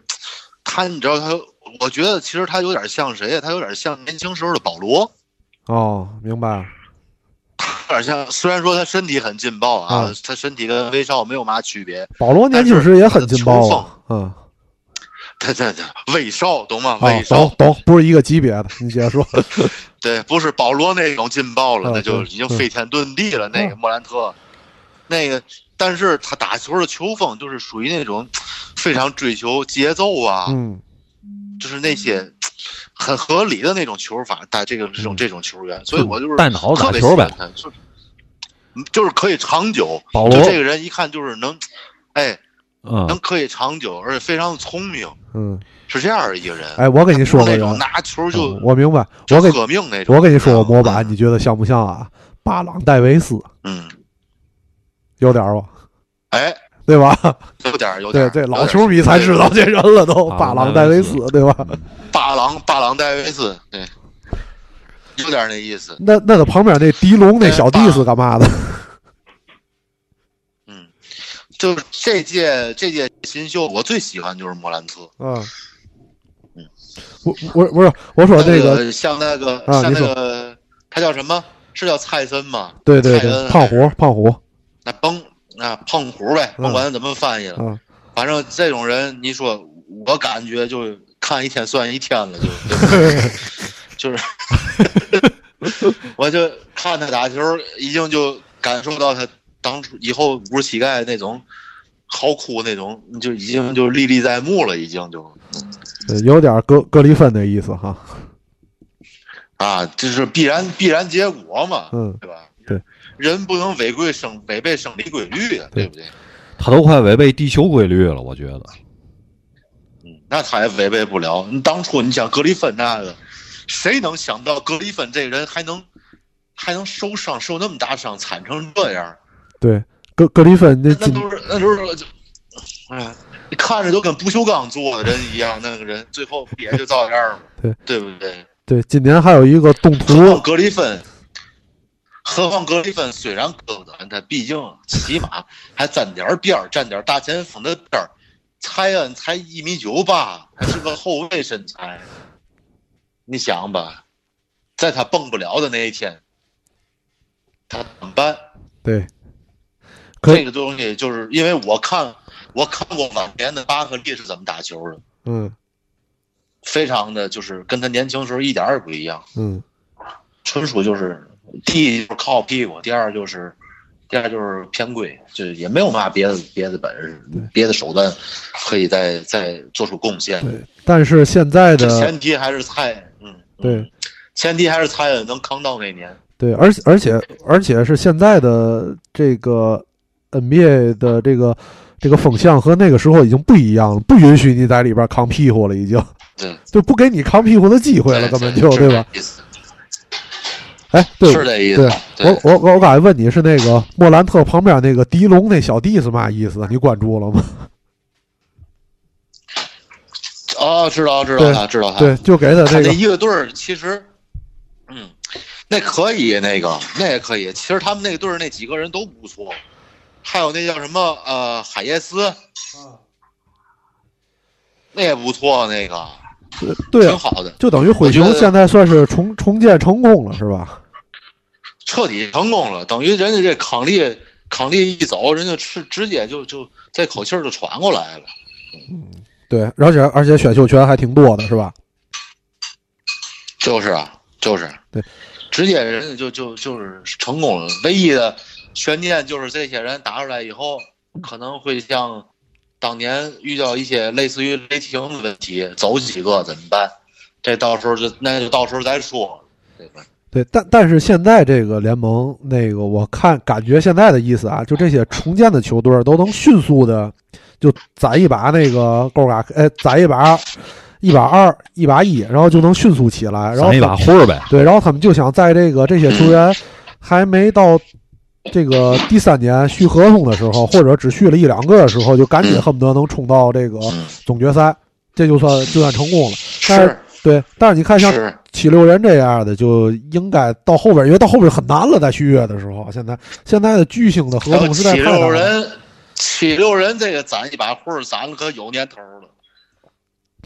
S4: 他，你知道他，我觉得其实他有点像谁啊呀？他有点像年轻时候的保罗。
S2: 哦，明白了，
S4: 有点像，虽然说他身体很劲爆啊，
S2: 嗯
S4: 他身体跟威少没有嘛区别，
S2: 保罗年轻时也很劲爆
S4: 但是
S2: 啊，嗯，
S4: 他他他威少懂吗？
S2: 啊
S4: 威，少、啊
S2: 懂懂，不是一个级别的，你接着说，
S4: 对，不是保罗那种劲爆了，
S2: 嗯
S4: 那就
S2: 对
S4: 已经
S2: 对
S4: 飞天遁地了。那个莫兰特，那个，但是他打球的球风就是属于那种非常追求节奏啊，
S2: 嗯
S4: 就是那些很合理的那种球法，打这个这种
S3: 嗯
S4: 这种球员，所以我就是
S3: 带脑子
S4: 特
S3: 打
S4: 别
S3: 球呗
S4: 喜欢他，就是就是可以长久。
S3: 保
S4: 就
S3: 罗，
S4: 这个人一看就是能，哎，能
S3: 嗯，
S4: 可以长久，而且非常聪明，
S2: 嗯，
S4: 是这样一个人。
S2: 哎，我跟你说
S4: 不
S2: 个
S4: 是那
S2: 人
S4: 种，拿球就
S2: 嗯我明白，
S4: 就
S2: 我给
S4: 革命那种。
S2: 我跟你说个模板，
S4: 嗯
S2: 你觉得像不像啊？巴朗戴维斯
S4: 嗯，
S2: 有点儿吧，
S4: 哎，
S2: 对吧？
S4: 有点儿有
S2: 对
S4: 点儿。
S2: 对，
S4: 有点
S2: 老
S4: 儿
S2: 球迷才知道这人了都，
S3: 啊
S2: 巴朗戴维斯，对吧？
S4: 巴郎巴郎戴维斯，对，有点儿那意思。
S2: 那那他旁边那迪龙那小弟是干嘛的？
S4: 嗯，就是这届这届新秀，我最喜欢就是莫兰特。
S2: 嗯，我我不是我说哦这个，
S4: 个呃像那个
S2: 啊
S4: 像
S2: 你
S4: 那
S2: 说
S4: 个他叫什么？是叫蔡森吗？
S2: 对对
S4: 蔡恩
S2: 对，胖虎胖虎，
S4: 那崩啊胖虎呗，
S2: 嗯
S4: 甭管他怎么翻译了。
S2: 嗯，
S4: 反正这种人，你说我感觉就是看一天算一天了，就就就是，我 就看他打球，已经就感受到他当初以后无乞丐那种嚎哭那种，就已经就历历在目了，已经就
S2: 对有点格格里芬的意思哈。
S4: 啊，这是必然必然结果嘛，
S2: 嗯
S4: 对吧？
S2: 对，
S4: 人不能违规生违背生理规律啊，
S2: 对
S4: 对不对？
S3: 他都快违背地球规律了，我觉得。
S4: 嗯那他也违背不了。你当初你想格里芬那个，谁能想到格里芬这人还能还能受伤，受那么大伤，惨成这样？
S2: 对，格格里芬那
S4: 那
S2: 今
S4: 都是那都是，哎呀，你看着都跟不锈钢做的人一样，那个人最后不也就照样吗？
S2: 对
S4: 对不对？
S2: 对，今年还有一个动图
S4: 何，况格里芬，何况格里芬虽然高端，他毕竟起码还沾点儿边儿，沾点儿大前锋的边儿。蔡恩才一米九八，还是个后卫身材。你想吧，在他蹦不了的那一天，他怎么办？
S2: 对，可
S4: 这个东西就是因为我看我看过往年的巴克利是怎么打球的，
S2: 嗯
S4: 非常的就是跟他年轻时候一点儿也不一样。
S2: 嗯，
S4: 纯属就是第一就是靠屁股，第二就是第二就是偏贵，就是也没有嘛别的别的本事
S2: 对、
S4: 别的手段可以再再做出贡献。
S2: 对。但是现在
S4: 这
S2: 的
S4: 前提还是蔡，嗯，
S2: 对
S4: 嗯，前提还是蔡恩能扛到那年。
S2: 对，而且而且而且是现在的这个 NBA 的这个这个风向和那个时候已经不一样了，不允许你在里边扛屁股了，已经
S4: 对，
S2: 就不给你扛屁股的机会了，根本就对吧？？哎，对，
S4: 是这意
S2: 对
S4: 思。对
S2: 我我我我刚才问你是那个莫兰特旁边那个迪龙那小弟是嘛意思？你关注了吗？
S4: 哦，知道知道
S2: 对
S4: 他，知道他。
S2: 对，就给他
S4: 他
S2: 这
S4: 啊那
S2: 个，
S4: 一个队儿其实，嗯，那可以，那个那也可以。其实他们那个队儿那几个人都不错，还有那叫什么呃海耶斯，那也不错，那个
S2: 对
S4: 挺
S2: 啊，
S4: 好的，
S2: 就等于灰熊
S4: 我觉得
S2: 现在算是重重建成功了，是吧？
S4: 彻底成功了。等于人家这康利康利一走，人家是直接就就这口气儿就传过来了。
S2: 对，而且而且选秀权还挺多的，是吧？
S4: 就是啊，就是，
S2: 对，
S4: 直接人家就就就是成功了。唯一的悬念就是这些人打出来以后，可能会像当年遇到一些类似于雷霆的问题，走几个怎么办？这到时候就那就到时候再说，对吧？
S2: 对，但但是现在这个联盟，那个我看感觉现在的意思啊，就这些重建的球队儿都能迅速的就攒一把那个够嘎，哎，攒一把一把二、一把一，然后就能迅速起来，然后
S3: 咱一把灰儿呗。
S2: 对，然后他们就想在这个这些球员还没到这个第三年续合同的时候，或者只续了一两个的时候，就赶紧恨不得能冲到这个
S4: 嗯，
S2: 总决赛，这就算就算成功了。但
S4: 是
S2: 是对，但是你看像
S4: 是，
S2: 七六人这样的就应该到后边，因为到后边很难了，在续约的时候，现在现在的巨星的合
S4: 然后
S2: 同实在啊
S4: 七
S2: 太难
S4: 六
S2: 了。
S4: 人，七六人这个攒一把混儿攒了可有年头了。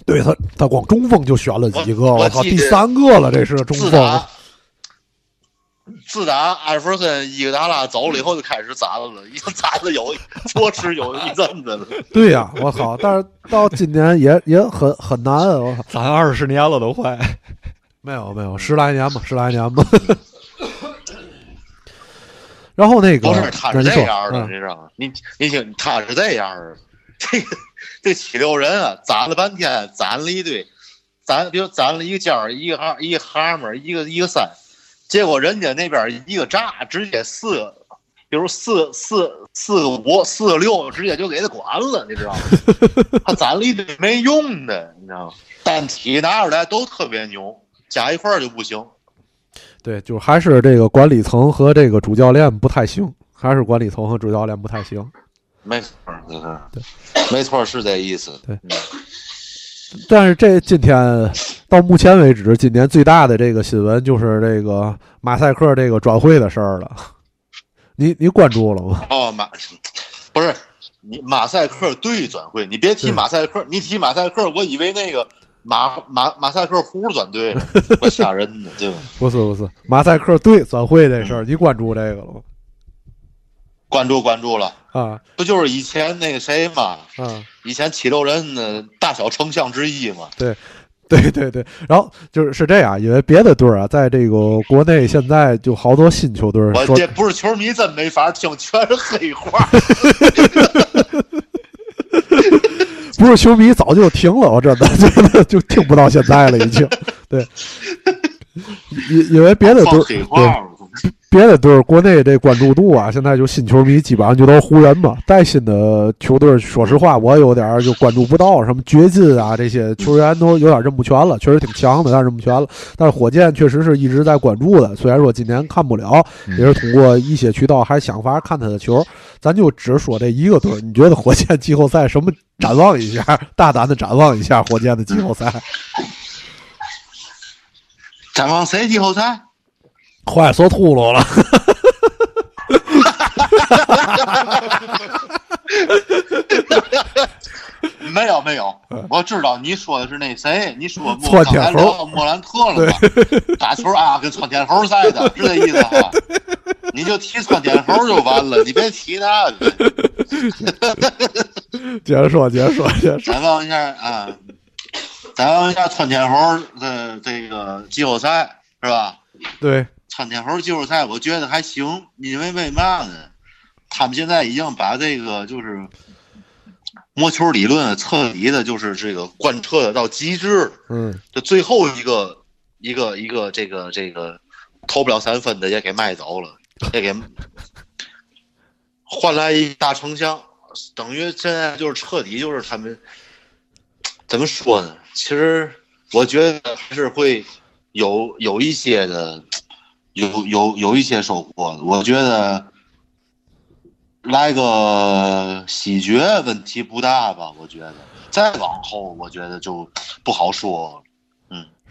S2: 对他，他光中锋就选了几个，
S4: 我
S2: 我
S4: 我
S2: 操，
S4: 记
S2: 第
S4: 得
S2: 三个了，这是中
S4: 自
S2: 锋
S4: 打。自打艾弗森、伊格达拉走了以后，就开始攒了，已经攒了有 多吃有一阵子了。
S2: 对呀、我操！但是到今年也也很很难，啊我操，
S5: 攒二十年了都快。
S2: 没有没有，十来年吧，十来年吧。 然后那个
S4: 哦不是，他
S2: 那
S4: 是
S2: 你
S4: 这
S2: 说
S4: 样的，
S2: 嗯
S4: 你知道吗？你你听，他是这样的，这个这七六人啊，攒了半天，攒了一堆，攒比如攒了一个尖儿，一个哈一个哈姆，一个一个三，结果人家那边一个炸，直接四个，比如四四四个五四个六，直接就给他管了，你知道吗？ 他攒了一堆没用的，你知道吗？单体拿出来都特别牛，加一块儿就不行。
S2: 对，就是还是这个管理层和这个主教练不太行，还是管理层和主教练不太行。
S4: 没错儿，就是，没错儿，是这意思。嗯
S2: 但是这今天到目前为止，今年最大的这个新闻就是这个马赛克这个转会的事儿了。你你关注了吗？
S4: 哦，马不是你马赛克对转会，你别提
S2: 对
S4: 马赛克，你提马赛克，我以为那个马马马赛克胡转队了，我吓人呢，对吧？
S2: 不是不是，马赛克对转会这事儿，你关注这个了吗？
S4: 关注关注了，
S2: 啊
S4: 不就是以前那个谁嘛，
S2: 啊，
S4: 以前七六人的大小丞相之一嘛？
S2: 对对对。然后就是是这样，因为别的队儿啊，在这个国内现在就好多新球队儿
S4: 我
S2: 说
S4: 这不是球迷，真没法听，全是黑话。
S2: 不是球迷早就停了，我真的 真的就听不到现在了，已经。对， 因因为别的队
S4: 放
S2: 儿
S4: 黑
S2: 对
S4: 话，
S2: 别的队儿国内这关注度啊，现在就新球迷基本上就都是湖人嘛。带新的球队，说实话，我有点儿就关注不到，什么掘金啊这些球员都有点认不全了，确实挺强的，但是认不全了。但是火箭确实是一直在关注的，虽然说今年看不了，也是通过一些渠道还是想法看他的球。咱就只说这一个队儿，你觉得火箭季后赛什么展望 一下，大胆的展望一下火箭的季后赛。
S4: 展望谁季后赛？
S2: 坏说秃噜了。
S4: 没有没有，我知道你说的是那谁，你 说不
S2: 嗯窜
S4: 刚才
S2: 天猴
S4: 聊到莫兰特了吗？ 打球啊，跟窜天猴赛的，是这意思哈？你就提窜天猴就完了，你别提他了。
S2: 接着说，接着说，接着 说。
S4: 展望一下啊，展望一下窜天猴的这个季后赛是吧？
S2: 对，
S4: 窜天猴季后赛我觉得还行，因为为嘛呢？他们现在已经把这个就是摸球理论啊彻底的，就是这个贯彻的到极致了。
S2: 嗯，
S4: 这最后一个一个一个这个这个投不了三分的也给卖走了，也给换来一大成箱，等于现在就是彻底就是他们怎么说呢？其实我觉得还是会有有一些的，有有有一些收获的。我觉得来个喜剧问题不大吧？我觉得再往后，我觉得就不好说了。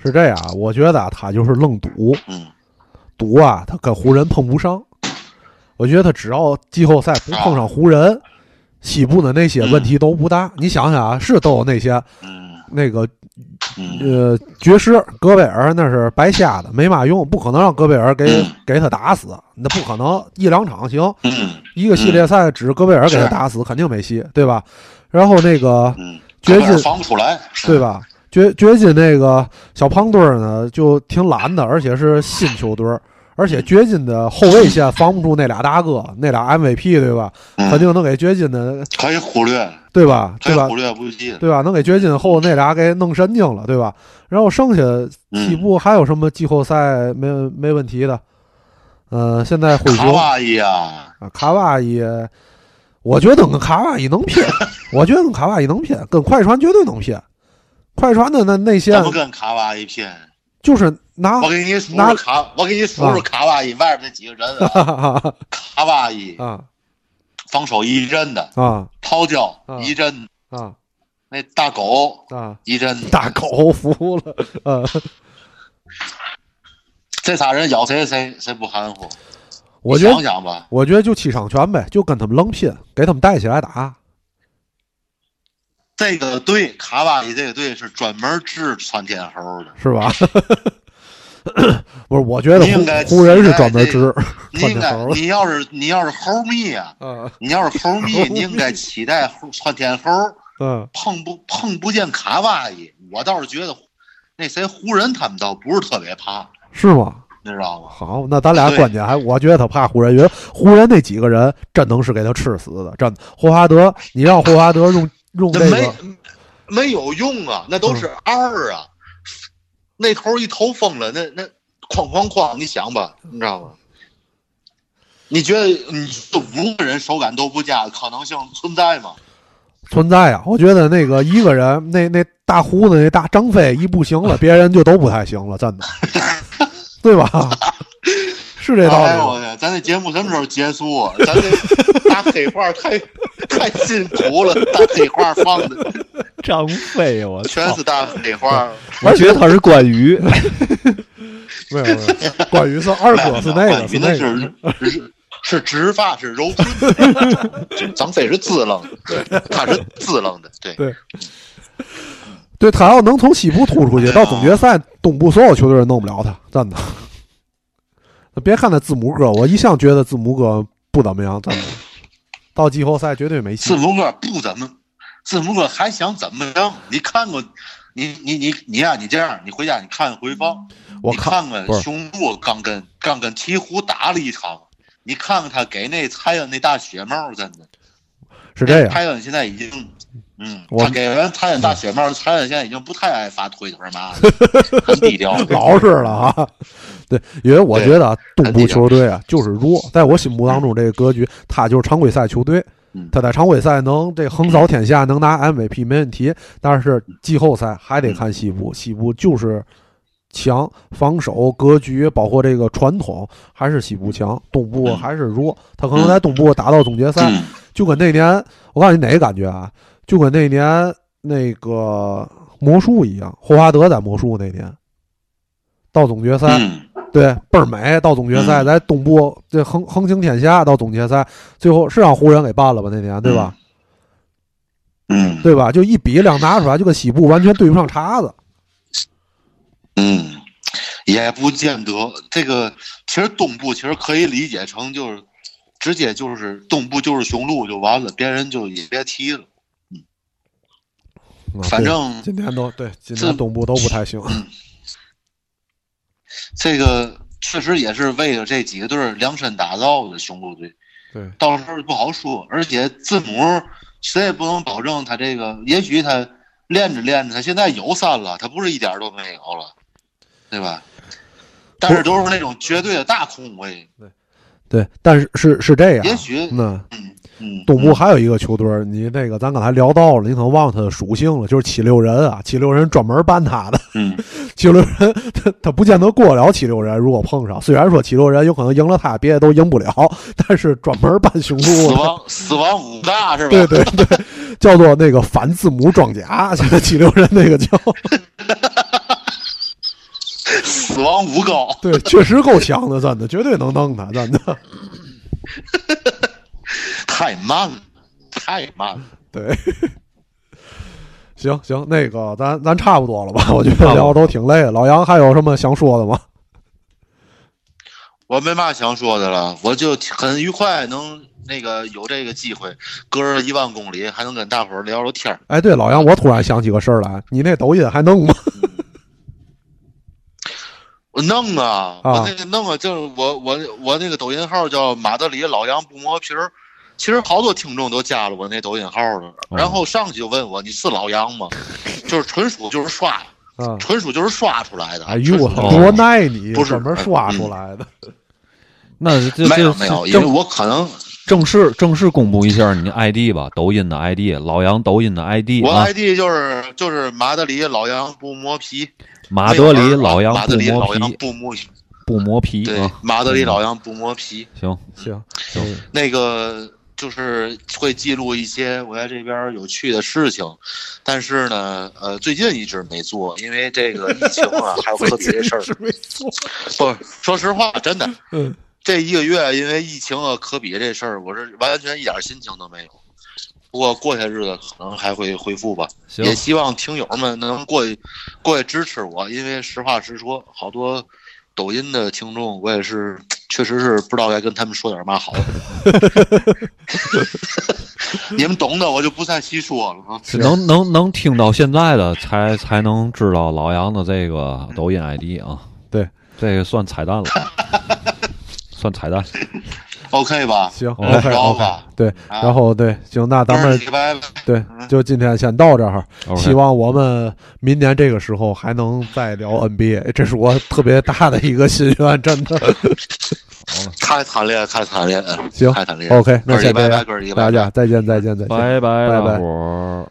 S2: 是这样啊。我觉得啊，他就是愣赌，
S4: 嗯，
S2: 赌啊，他跟湖人碰不上。我觉得他只要季后赛不碰上湖人，西部的那些问题都不大。你想想啊，是都有那些
S4: 嗯
S2: 那个
S4: 嗯
S2: 呃爵士、戈贝尔那是白瞎的，没嘛用，不可能让戈贝尔给
S4: 嗯
S2: 给他打死，那不可能，一两场行，
S4: 嗯
S2: 一个系列赛只戈贝尔给他打死，肯定没戏，对吧？然后那个
S4: 嗯，
S2: 掘
S4: 根本
S2: 进
S4: 防不出来，
S2: 对吧？掘掘金那个小胖墩儿呢，就挺懒的，而且是新球队儿，而且掘金的后卫线防不住那俩大哥，那俩 MVP 对吧？
S4: 嗯
S2: 肯定能给掘金的
S4: 可以忽略，
S2: 对吧？
S4: 可
S2: 对
S4: 以
S2: 吧
S4: 忽？略不计。
S2: 对吧？能给掘金后那俩给弄神经了，对吧？然后剩下几
S4: 嗯，
S2: 部还有什么季后赛没没问题的？呃，现在灰
S4: 卡
S2: 熊
S4: 哇伊啊，
S2: 啊，卡哇伊，我觉得跟卡哇伊能 拼，我觉得跟卡哇伊能拼，跟快船绝对能拼。快船的那内线
S4: 怎么跟卡哇伊拼？
S2: 就是拿
S4: 我给你数
S2: 拿
S4: 数卡，我给你数数
S2: 啊
S4: 卡哇伊外边那几个人啊，
S2: 啊
S4: 卡哇伊
S2: 啊
S4: 防守一阵的，
S2: 啊
S4: 抛胶
S2: 啊
S4: 一阵，
S2: 啊
S4: 那大狗
S2: 啊！
S4: 一阵，
S2: 大狗服了，呃，
S4: 这仨人咬谁谁谁不含糊。
S2: 我
S4: 你
S2: 觉
S4: 想
S2: 得
S4: 想吧，
S2: 我觉得就七伤拳呗，就跟他们愣拼，给他们带起来打。
S4: 这个队卡哇伊这个队是专门治窜天猴的，
S2: 是吧？ 不是，我觉得
S4: 你应该
S2: 湖湖人是专门支
S4: 你
S2: 窜天
S4: 应该
S2: 猴，
S4: 你要是你要是猴迷啊，
S2: 啊，
S4: 你要是猴迷，你应该期待猴窜天猴
S2: 嗯
S4: 碰不碰不见卡哇伊。我倒是觉得，那谁湖人他们倒不是特别怕，
S2: 是吗？
S4: 你知道吗？
S2: 好，那咱俩
S4: 对
S2: 观点还，我觉得他怕湖人，因为湖人那几个人真能是给他吃死的，真的。霍华德，你让霍华德用用这
S4: 那没
S2: 个，
S4: 没有用啊，那都是二啊。那头一头疯了，那那哐哐哐，你想吧，你知道吗？你觉得你这五个人手感都不佳，可能性存在吗？
S2: 存在啊，我觉得那个一个人，那那大胡子那大张飞一不行 了，别人就都不太行了，真的，对吧？是这道理
S4: 哎呦
S2: 吗。
S4: 我天，咱这节目什么时候结束啊？咱这大黑话太太辛苦了，大黑话放的
S3: 张飞，我
S4: 全是大黑话。
S3: 我觉得他是关羽，
S2: 没有没有，关羽是二哥是 那个
S4: 关羽
S2: 那个，
S4: 哎是是是直发是柔顺，这 张飞是滋楞的，他是滋楞的，对
S2: 对对他要能从西部突出去，到总决赛，东部所有球队人弄不了他，真的。 别看他字母哥，我一向觉得字母哥不怎么样，真的。到季后赛绝对没
S4: 字
S2: 戏。
S4: 母哥不怎么，字母哥还想怎么样？你看过，你你你你呀、你这样，你回家你看回放，
S2: 我
S4: 你
S2: 看
S4: 看看
S2: 不是
S4: 雄鹿刚跟刚跟鹈鹕打了一场，你看看他给那蔡恩那大雪帽，真的，
S2: 是这样，
S4: 蔡恩现在已经。嗯，
S2: 我
S4: 他给人蔡恩大雪帽，蔡恩现在已经不太爱发推特 嘛，很低调 嗯了。
S2: 老实了啊。 对，因为我觉得啊东部球队啊就是弱，在我心目当中这个格局，他就是常规赛球队
S4: 嗯。
S2: 他在常规赛能这横扫天下，能拿 MVP 没问题，但是季后赛还得看西部，西部就是强，防守格局包括这个传统还是西部强，东部还是弱。他可能在东部打到总决赛，
S4: 嗯
S2: 就跟那年，我告诉你哪个感觉啊？就跟那年那个魔术一样，霍华德在魔术那年，到总决赛，
S4: 嗯，
S2: 对，倍儿美，到总决赛，
S4: 嗯
S2: 在东部这横横行天下，到总决赛，最后是让湖人给办了吧？那年对吧？
S4: 嗯
S2: 对吧？就一比两拿出来，就跟西部完全对不上茬子。
S4: 嗯，也不见得。这个其实东部其实可以理解成就是直接就是东部就是雄鹿就完了，别人就也别踢了。
S2: 啊
S4: 反
S2: 对
S4: 正
S2: 今年都对，今
S4: 这
S2: 年东部都不太行。
S4: 这个确实也是为了这几个队儿量身打造的雄鹿队，
S2: 对，
S4: 到时候不好说。而且字母谁也不能保证他这个，也许他练着练着，他现在有三了，他不是一点儿都没有了，对吧？但是都是那种绝对的大空位，
S2: 对，但是是是这样，
S4: 也许
S2: 那
S4: 嗯嗯，
S2: 东部还有一个球队儿，你那个咱刚才聊到了，你可能忘了它的属性了，就是七六人啊，七六人专门办他的，
S4: 嗯
S2: 七六人他他不见得过了七六人，如果碰上，虽然说七六人有可能赢了他，别的都赢不了，但是专门办雄
S4: 死
S2: 鹿的，
S4: 亡死亡五大是吧？
S2: 对对对，叫做那个反字母装甲，现在七六人那个叫，
S4: 死亡五高。
S2: 对，确实够强的，真的，绝对能弄他，真的，
S4: 太慢了，太慢了。
S2: 对。行行，那个咱咱差不多了吧？我觉得聊的都挺累的。老杨还有什么想说的吗？
S4: 我没嘛想说的了，我就很愉快能那个有这个机会，隔着一万公里还能跟大伙儿聊聊天儿。
S2: 哎，对，老杨，我突然想起个事儿来，你那抖音还弄吗？
S4: 我弄啊，
S2: 啊
S4: 我那个弄啊，就是我我我那个抖音号叫马德里老杨不磨皮儿。其实好多听众都加了我那抖音号了，
S3: 哦
S4: 然后上去就问我你是老杨吗？就是纯属就是刷，
S2: 啊，
S4: 纯属就是刷出来的。
S2: 哎呦，我
S4: 纯属
S3: 哦
S2: 多耐你，
S4: 不是
S2: 专门刷出来的。
S3: 那这
S4: 没有
S3: 这
S4: 没有，因为
S3: 正
S4: 我可能
S3: 正式正式公布一下你的 ID 吧，抖音的 ID，老杨抖音的 ID
S4: 我
S3: 啊，
S4: ID 就是就是马德里老杨不磨皮，
S3: 马德
S4: 没
S3: 里
S4: 有门儿啊
S3: 老杨
S4: 马
S3: 不
S4: 德里
S3: 磨
S4: 老杨
S3: 皮，
S4: 不磨皮，
S3: 不磨皮
S4: 对
S3: 啊，，
S4: 马德里老杨不磨皮，
S3: 行，
S2: 嗯行，
S4: 那个就是会记录一些我在这边有趣的事情，但是呢，呃，最近一直没做，因为这个疫情啊，还有科比这事 儿。
S2: 是没错。
S4: 不，说实话，真的，
S2: 嗯，
S4: 这一个月因为疫情啊，科比这事儿，我是完全一点心情都没有。不过过些日子可能还会恢复吧，
S3: 行
S4: 也希望听友们能过去过去支持我，因为实话实说，好多抖音的听众，我也是确实是不知道该跟他们说点嘛好。 你们懂的，我就不再细说了啊。
S3: 是能能能听到现在的才才能知道老杨的这个抖音 ID 啊，
S2: 对，
S3: 这个算彩蛋了，算彩蛋，
S4: OK 吧？
S2: 行
S3: 哦
S2: ，OK
S4: 好
S2: OK，
S4: 吧
S2: 对，
S4: 啊
S2: 然后对，行，那咱们
S4: 拜拜。
S2: 对，就今天先到这儿。
S3: OK
S2: 希望我们明年这个时候还能再聊 NBA，这是我特别大的一个心愿，真的。
S4: 太惨烈，太惨烈了，
S2: 行
S4: 太惨烈了。
S2: ，OK，那
S4: 哥儿几
S2: 先
S4: 拜
S2: 这
S4: 拜，
S2: 样
S4: 哥儿几，拜
S2: 大
S4: 拜
S2: 家再见，再见，再见。
S3: 拜拜，
S2: 拜
S3: 大
S2: 拜
S3: 伙儿。